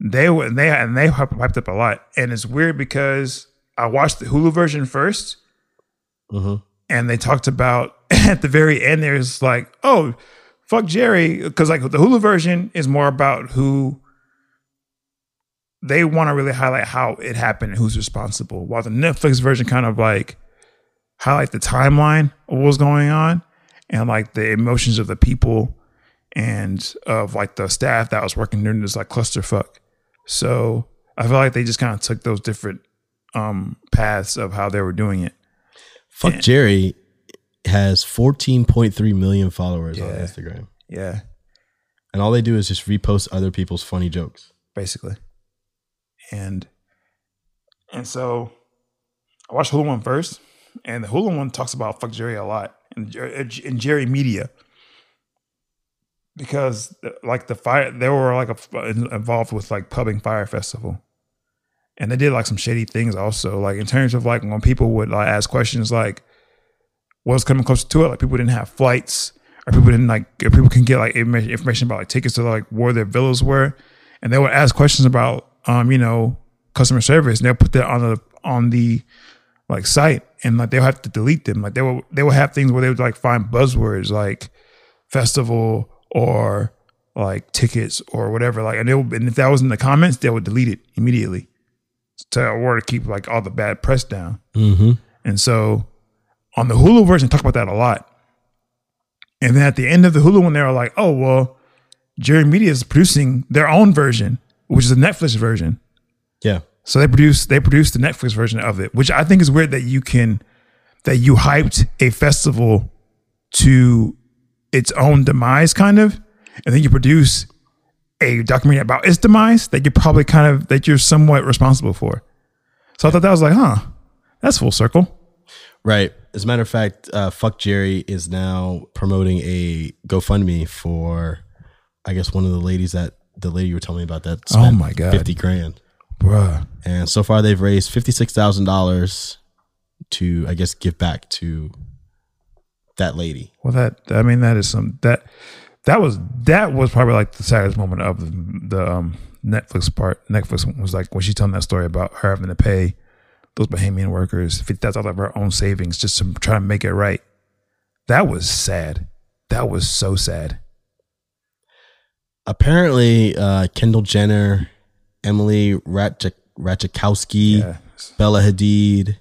Speaker 1: they were and they and they hype- hyped up a lot. And it's weird because I watched the Hulu version first,
Speaker 2: Mm-hmm.
Speaker 1: and they talked about at the very end. There's like, oh, fuck Jerry, because like the Hulu version is more about who they want to really highlight how it happened and who's responsible, while the Netflix version kind of like highlight the timeline of what was going on and like the emotions of the people and of like the staff that was working during this like clusterfuck. So I feel like they just kind of took those different um paths of how they were doing it.
Speaker 2: Fuck Jerry has 14.3 million followers on
Speaker 1: Yeah.
Speaker 2: Instagram.
Speaker 1: Yeah,
Speaker 2: And all they do is just repost other people's funny jokes.
Speaker 1: basically. And and so I watched Hulu one first, and the Hulu one talks about fuck Jerry a lot and Jer- and Jerry media because like the fire they were like a, involved with like pubbing fire festival. And they did like some shady things also, like in terms of like when people would like ask questions like what was coming close to it, like people didn't have flights or people didn't like or people can get like informa- information about like tickets to like where their villas were, and they would ask questions about um you know customer service and they'll put that on the on the like site and like they'll have to delete them like they will they will have things where they would like find buzzwords like festival or like tickets or whatever like and they would, and if that was in the comments they would delete it immediately to or to keep like all the bad press down
Speaker 2: Mm-hmm.
Speaker 1: and so on the Hulu version, talk about that a lot. And then at the end of the Hulu one, they were like, oh, well, Jerry Media is producing their own version, which is the Netflix version.
Speaker 2: Yeah.
Speaker 1: So they produced they produced the Netflix version of it, which I think is weird that you can that you hyped a festival to its own demise, kind of, and then you produce a documentary about its demise that you're probably kind of that you're somewhat responsible for. So I thought that was like, huh, that's full circle.
Speaker 2: Right. As a matter of fact, uh, Fuck Jerry is now promoting a GoFundMe for, I guess, one of the ladies that the lady you were telling me about that.
Speaker 1: Oh
Speaker 2: spent
Speaker 1: my God.
Speaker 2: 50 grand.
Speaker 1: Bruh.
Speaker 2: And so far, they've raised $56,000 to, I guess, give back to that lady.
Speaker 1: Well, that I mean, that is some that that was that was probably like the saddest moment of the, the um, Netflix part. Netflix one was like when she telling that story about her having to pay those Bahamian workers fifty thousand out of her own savings just to try to make it right. That was sad. That was so sad.
Speaker 2: Apparently, uh, Kendall Jenner, Emily Ratch- Ratchakowski,
Speaker 1: Yeah,
Speaker 2: Bella Hadid,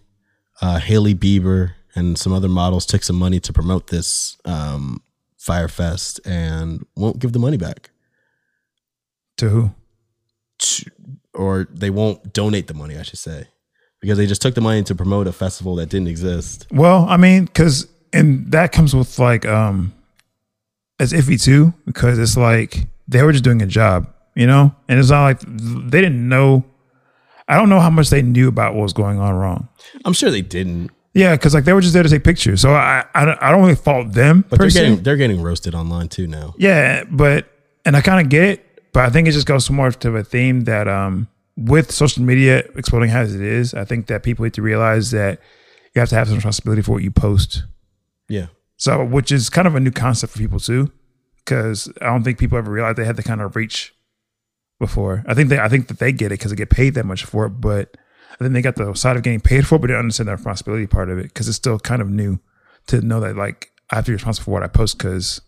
Speaker 2: uh, Haley Bieber, and some other models took some money to promote this um, Firefest and won't give the money back,
Speaker 1: to who?
Speaker 2: To- or they won't donate the money, I should say, because they just took the money to promote a festival that didn't exist.
Speaker 1: Well, I mean, because and that comes with like um, it's iffy too because it's like they were just doing a job, you know, and it's not like they didn't know. I don't know how much they knew about what was going on wrong.
Speaker 2: I'm sure they didn't,
Speaker 1: Yeah, because like they were just there to take pictures, so I I don't, I don't really fault them.
Speaker 2: but
Speaker 1: per
Speaker 2: they're
Speaker 1: se.
Speaker 2: getting they're getting roasted online too now.
Speaker 1: Yeah, but and I kind of get it, but I think it just goes more to a theme that um with social media exploding as it is, I think that people need to realize that you have to have some responsibility for what you post.
Speaker 2: Yeah,
Speaker 1: So, which is kind of a new concept for people too, because I don't think people ever realized they had the kind of reach before. I think they, I think that they get it because they get paid that much for it, but I think they got the side of getting paid for, it, but they don't understand the responsibility part of it because it's still kind of new to know that like I have to be responsible for what I post because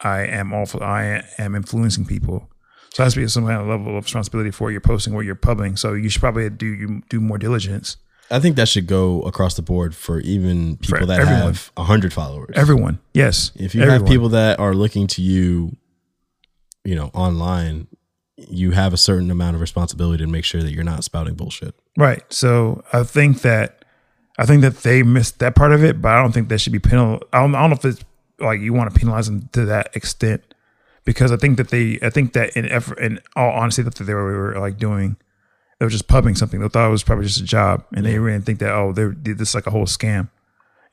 Speaker 1: I am awful, I am influencing people. So it has to be some kind of level of responsibility for what you're posting, what you're pubbing. So you should probably do you do more diligence.
Speaker 2: I think that should go across the board for even people that
Speaker 1: everyone.
Speaker 2: have have hundred followers.
Speaker 1: Everyone, yes.
Speaker 2: if you have
Speaker 1: everyone.
Speaker 2: people that are looking to you you know online you have a certain amount of responsibility to make sure that you're not spouting bullshit
Speaker 1: Right. So I think that I think that they missed that part of it, but I don't think that should be penal. I don't, I don't know if it's like you want to penalize them to that extent because I think that they I think that in effort in all honesty that they were, were like doing They were just pumping something. They thought it was probably just a job, and they didn't think that oh, they did this like a whole scam,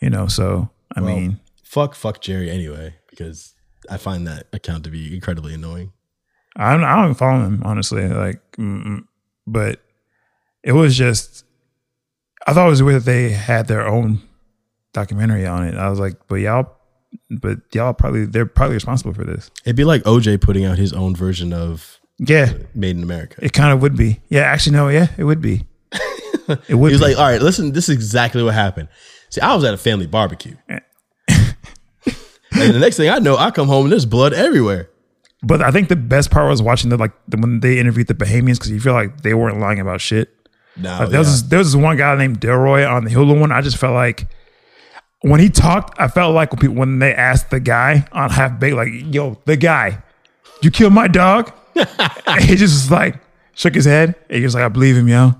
Speaker 1: you know. So I
Speaker 2: Well,
Speaker 1: mean,
Speaker 2: fuck, fuck Jerry anyway, because I find that account to be incredibly annoying.
Speaker 1: I don't, I don't even follow him honestly. Like, mm-mm. but it was just, I thought it was weird that they had their own documentary on it. I was like, but y'all, but y'all probably they're probably responsible for this.
Speaker 2: It'd be like OJ putting out his own version of
Speaker 1: Yeah,
Speaker 2: Made in America.
Speaker 1: it kind of would be. Yeah, actually, no. Yeah, it would be. It
Speaker 2: He
Speaker 1: would.
Speaker 2: was
Speaker 1: be.
Speaker 2: like, all right, listen, this is exactly what happened. See, I was at a family barbecue.
Speaker 1: Eh.
Speaker 2: and the next thing I know, I come home and there's blood everywhere.
Speaker 1: but I think the best part was watching the like the, when they interviewed the Bahamians because you feel like they weren't lying about shit.
Speaker 2: No,
Speaker 1: Like, there, was
Speaker 2: Oh, yeah.
Speaker 1: this, there was this one guy named Delroy on the Hulu one. I just felt like when he talked, I felt like when, people, when they asked the guy on Half Baked, like, yo, the guy, you killed my dog? and he just was like, shook his head. And he was like, I believe him, yo.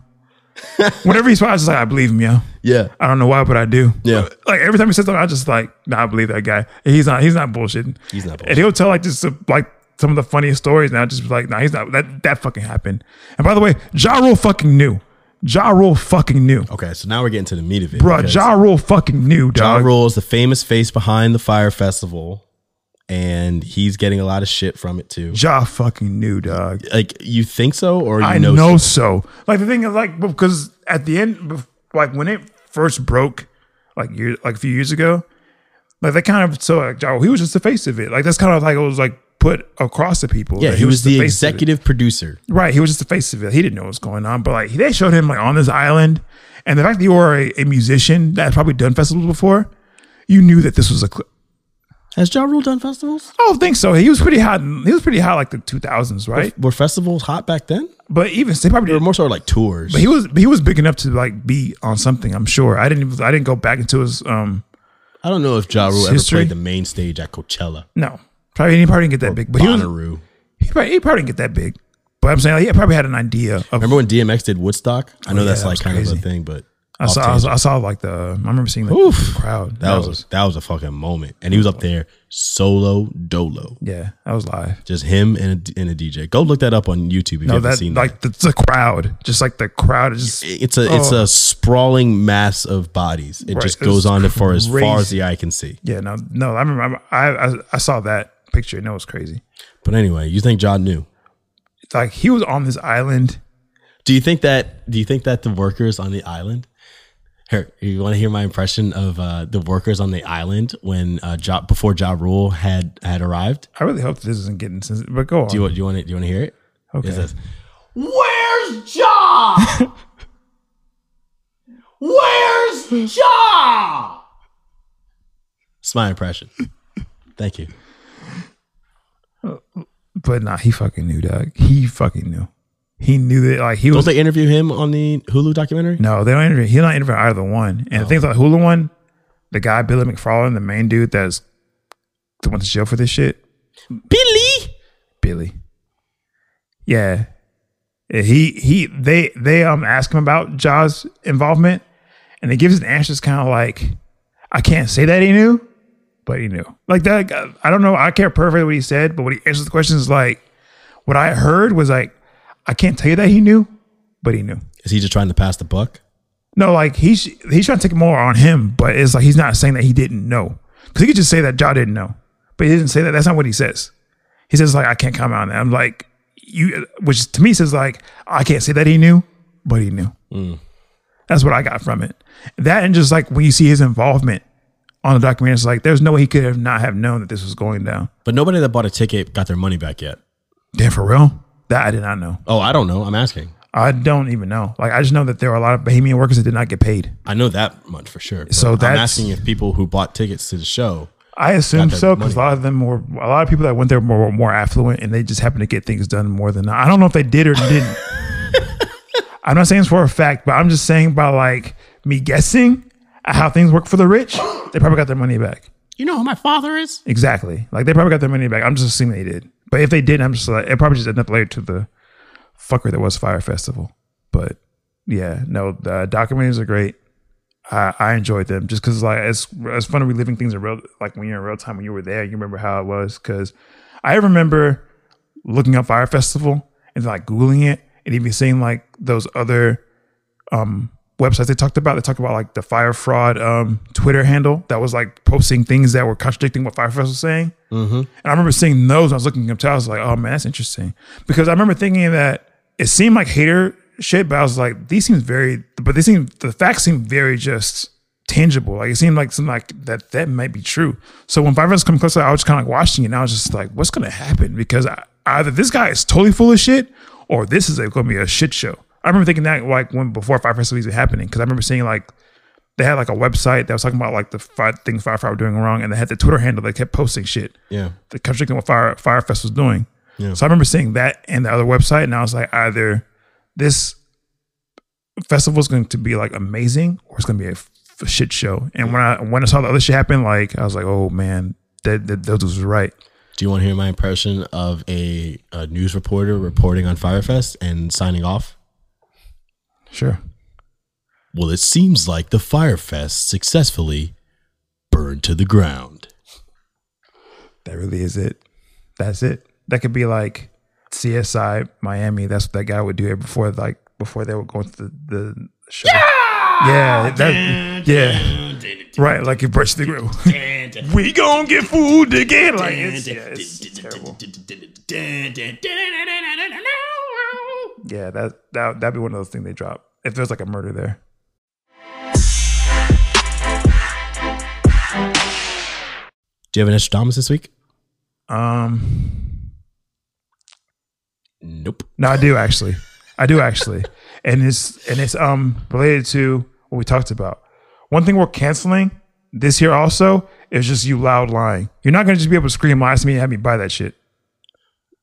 Speaker 1: Whenever he's was just like, I believe him, yo.
Speaker 2: yeah.
Speaker 1: I don't know why, but I do.
Speaker 2: Yeah.
Speaker 1: Like every time he says something, I just like, nah, I believe that guy. And he's not, he's not bullshitting.
Speaker 2: He's not bullshitting.
Speaker 1: And he'll tell like just some- like some of the funniest stories, and I just be like, nah, he's not. That that fucking happened. And by the way, Ja Rule fucking knew. Ja Rule fucking knew,
Speaker 2: Okay, so now we're getting to the meat of it.
Speaker 1: bro.
Speaker 2: because
Speaker 1: Ja Rule fucking knew,
Speaker 2: Ja
Speaker 1: dog.
Speaker 2: Rule is the famous face behind the Fire Festival, and he's getting a lot of shit from it too.
Speaker 1: Ja fucking knew, dog.
Speaker 2: Like, you think so, or you
Speaker 1: I
Speaker 2: know?
Speaker 1: know, so. Like the thing is, like because at the end, bef- like when it first broke, like year, like a few years ago, like they kind of so like Ja, he was just the face of it. Like that's kind of like it was like put across to people.
Speaker 2: Yeah,
Speaker 1: that
Speaker 2: he was the
Speaker 1: face of it.
Speaker 2: executive producer.
Speaker 1: Right, he was just the face of it. He didn't know what was going on, but like they showed him like on this island, and the fact that you were a, a musician that had probably done festivals before, you knew that this was a. Cl-
Speaker 2: Has Ja Rule done festivals?
Speaker 1: I don't think so. He was pretty hot. in- He was pretty hot like the two thousands, right?
Speaker 2: Were festivals hot back then?
Speaker 1: But even they probably
Speaker 2: They were
Speaker 1: did,
Speaker 2: more sort of like tours.
Speaker 1: but he was but he was big enough to like be on something. I'm sure. I didn't even I didn't go back into his um
Speaker 2: I don't know if Ja Rule ever
Speaker 1: history.
Speaker 2: played the main stage at Coachella.
Speaker 1: no probably he probably didn't get that big, but he was,
Speaker 2: Bonnaroo.
Speaker 1: he probably he probably didn't get that big. But I'm saying like, he probably had an idea of
Speaker 2: Remember when DMX did Woodstock? I know that's
Speaker 1: Oh, that
Speaker 2: like
Speaker 1: was
Speaker 2: kind of
Speaker 1: crazy.
Speaker 2: a thing, but
Speaker 1: I
Speaker 2: off
Speaker 1: saw, I
Speaker 2: tangent.
Speaker 1: saw I saw like the I remember seeing the,
Speaker 2: Oof.
Speaker 1: the crowd
Speaker 2: that was that was a fucking moment, and he was up there solo dolo,
Speaker 1: yeah that was live.
Speaker 2: just him and a, and a DJ. Go look that up on YouTube if you
Speaker 1: No,
Speaker 2: haven't
Speaker 1: Oh, that
Speaker 2: seen
Speaker 1: like the, the crowd, just like the crowd is just
Speaker 2: that. It's a it's a sprawling mass of bodies. It
Speaker 1: Right,
Speaker 2: just
Speaker 1: it
Speaker 2: goes
Speaker 1: was
Speaker 2: on to for as far as
Speaker 1: crazy.
Speaker 2: the eye can see.
Speaker 1: yeah. No, no, I remember I I, I saw that picture and it was crazy.
Speaker 2: But anyway, you think John knew?
Speaker 1: It's Like he was on this island.
Speaker 2: Do you think that? Do you think that the workers on the island? Here, you want to hear my impression of uh, the workers on the island when uh, ja, before Ja Rule had had arrived?
Speaker 1: I really hope this isn't getting sensitive, but go on.
Speaker 2: Do you, want- do you want to do you want to hear it?
Speaker 1: okay.
Speaker 2: It says, "Where's Ja? Where's Ja?" It's my impression. Thank you.
Speaker 1: but nah, he fucking knew, dog. He fucking knew. He knew that like he
Speaker 2: Don't
Speaker 1: was.
Speaker 2: they interview him on the Hulu documentary?
Speaker 1: no, they don't interview. He's not interviewing either one.
Speaker 2: Oh.
Speaker 1: And the things like Hulu one, the guy Billy McFarlane, the main dude that's the one to jail for this shit.
Speaker 2: Billy.
Speaker 1: Billy. Yeah. Yeah, He he they they um ask him about Jaws involvement and he gives an answer that's kind of like I can't say that he knew, but he knew. Like that uh, I don't know, I can't perfect what he said, but when he answers the question is like what I heard was like I can't tell you that he knew, but he knew.
Speaker 2: Is he just trying to pass the buck?
Speaker 1: No, like he's he's trying to take more on him, but it's like he's not saying that he didn't know because he could just say that Ja didn't know, but he didn't say that. That's not what he says. He says like I can't comment on that. I'm like you, which to me says like I can't say that he knew, but he knew. That's what I got from it. That and just like when you see his involvement on the documentary, it's like there's no way he could have not have known that this was going down.
Speaker 2: But nobody that bought a ticket got their money back yet.
Speaker 1: Damn, for real? That I did not know.
Speaker 2: Oh, I don't know. I'm asking.
Speaker 1: I don't even know. Like I just know that there were a lot of Bahamian workers that did not get paid.
Speaker 2: I know that much for sure. but
Speaker 1: So
Speaker 2: I'm
Speaker 1: that's-
Speaker 2: asking if people who bought tickets to the show.
Speaker 1: I assume
Speaker 2: their
Speaker 1: so because a lot of them were a lot of people that went there were more affluent and they just happened to get things done more than I don't know if they did or didn't. I'm not saying it's for a fact, but I'm just saying by like me guessing at how things work for the rich, they probably got their money back.
Speaker 2: You know who my father is?
Speaker 1: Exactly, like they probably got their money back. I'm just assuming they did, but if they didn't, I'm just like it probably just another layer to the fucker that was Fire Festival. But yeah, no, the documentaries are great. I, I enjoyed them just because like it's it's fun reliving things in real like when you're in real time when you were there you remember how it was because I remember looking up Fire Festival and like googling it and even seeing like those other um, websites they talked about. They talked about like the fire fraud um, Twitter handle that was like posting things that were contradicting what Firefest was saying.
Speaker 2: Mm-hmm.
Speaker 1: And I remember seeing those. When I was looking up to. I was like, oh man, that's interesting because I remember thinking that it seemed like hater shit, but I was like, these seems very, but they seem the facts seem very just tangible. Like it seemed like something like that that might be true. So when Firefest come closer, I was kind of like watching it, and I was just like, what's gonna happen? Because I, either this guy is totally full of shit, or this is like, gonna be a shit show. I remember thinking that like when before Firefest was even happening, because I remember seeing like they had like a website that was talking about like the five things Firefly were doing wrong, and they had the Twitter handle that kept posting shit
Speaker 2: Yeah.
Speaker 1: the contradicting what Fire Firefest was doing.
Speaker 2: Yeah.
Speaker 1: So I remember seeing that and the other website, and I was like, either this festival is going to be like amazing, or it's going to be a, f- a shit show. And when I when I saw the other shit happen, like I was like, oh man, that, that those was right.
Speaker 2: Do you want to hear my impression of a, a news reporter reporting on Firefest and signing off?
Speaker 1: Sure.
Speaker 2: Well, it seems like the Firefest successfully burned to the ground.
Speaker 1: That really is it. That's it. That could be like CSI Miami. That's what that guy would do before like before they were going to the, the show. Yeah, that, yeah, right. Like you burst the grill. we gonna get fooled again. Like it's, yeah, it's terrible. Yeah, that that that'd be one of those things they drop if there's like a murder there.
Speaker 2: Do you have an extra Thomas this week?
Speaker 1: Um,
Speaker 2: Nope.
Speaker 1: No, I do actually. I do actually. And it's and it's um related to what we talked about. One thing we're canceling this year also is just you loud lying. You're not gonna just be able to scream lies to me and have me buy that shit.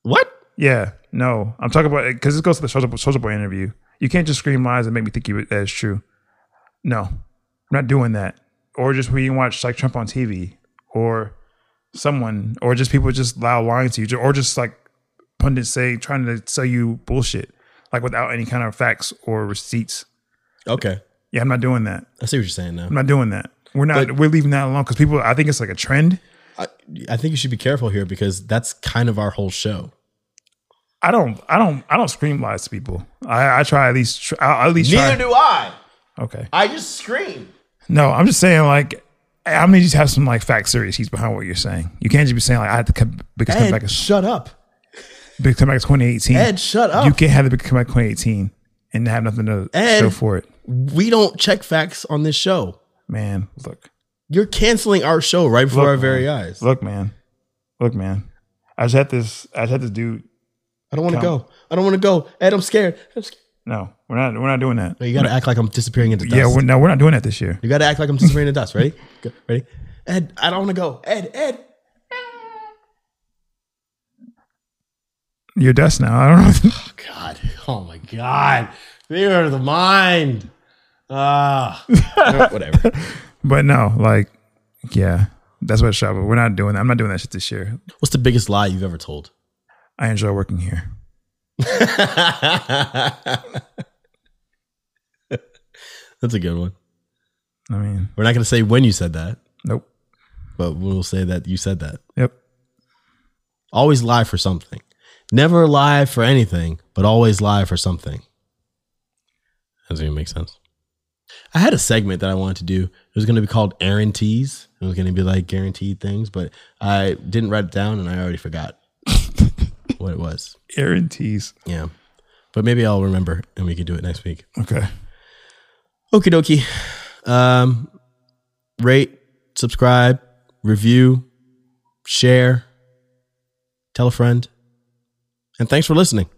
Speaker 2: What?
Speaker 1: Yeah, no. I'm talking about because this goes to the social, social boy interview. You can't just scream lies and make me think you that is true. No, I'm not doing that. Or just when you watch like Trump on TV or someone, or just people just loud lying to you, or just like pundits say trying to sell you bullshit, like without any kind of facts or receipts.
Speaker 2: Okay.
Speaker 1: Yeah, I'm not doing that.
Speaker 2: I see what you're saying now.
Speaker 1: I'm not doing that. We're not. we're leaving that alone because people. I think it's like a trend.
Speaker 2: I, I think you should be careful here because that's kind of our whole show.
Speaker 1: I don't. I don't. I don't scream lies to people. I, I try at least. Try, I at least try.
Speaker 3: do I.
Speaker 1: okay.
Speaker 3: I just scream.
Speaker 1: No, I'm just saying like I'm gonna just have some like fact seriousness behind what you're saying. You can't just be saying like I had to come because come back
Speaker 2: Ed,
Speaker 1: as
Speaker 2: shut up.
Speaker 1: big comeback as 2018.
Speaker 2: Ed, shut up.
Speaker 1: you can't have the big comeback 2018 and have nothing to
Speaker 2: Ed.
Speaker 1: show for it.
Speaker 2: we don't check facts on this show.
Speaker 1: Man, look,
Speaker 2: You're canceling our show right before
Speaker 1: Look,
Speaker 2: our very eyes.
Speaker 1: look, man, look, man. I just had this. I just had this dude.
Speaker 2: I don't want to
Speaker 1: come.
Speaker 2: go. I don't want to go. Ed, I'm scared. I'm scared.
Speaker 1: No, we're not. We're not doing that.
Speaker 2: No, you got to act like I'm disappearing into dust.
Speaker 1: Yeah, we're, no, we're not doing that this year.
Speaker 2: you got to act like I'm disappearing into dust. Ready? Go. Ready? Ed, I don't want to go. Ed, Ed.
Speaker 1: You're dust now. I don't know.
Speaker 2: Oh, God. Oh, my God. They are the mind. Ah. Whatever.
Speaker 1: but no, like, yeah, that's what it's about. We're not doing that. I'm not doing that shit this year.
Speaker 2: What's the biggest lie you've ever told?
Speaker 1: I enjoy working here.
Speaker 2: That's a good one.
Speaker 1: I mean,
Speaker 2: We're not going to say when you said that,
Speaker 1: nope.
Speaker 2: but we'll say that you said that.
Speaker 1: Yep.
Speaker 2: Always lie for something. Never lie for anything, but always lie for something. That doesn't even make sense. I had a segment that I wanted to do. It was going to be called Guarantees. It was going to be like guaranteed things, but I didn't write it down and I already forgot what it was.
Speaker 1: Aaron Tease.
Speaker 2: Yeah. But maybe I'll remember and we can do it next week.
Speaker 1: Okay.
Speaker 2: Okie dokie. Um, rate, subscribe, review, share, tell a friend. And thanks for listening.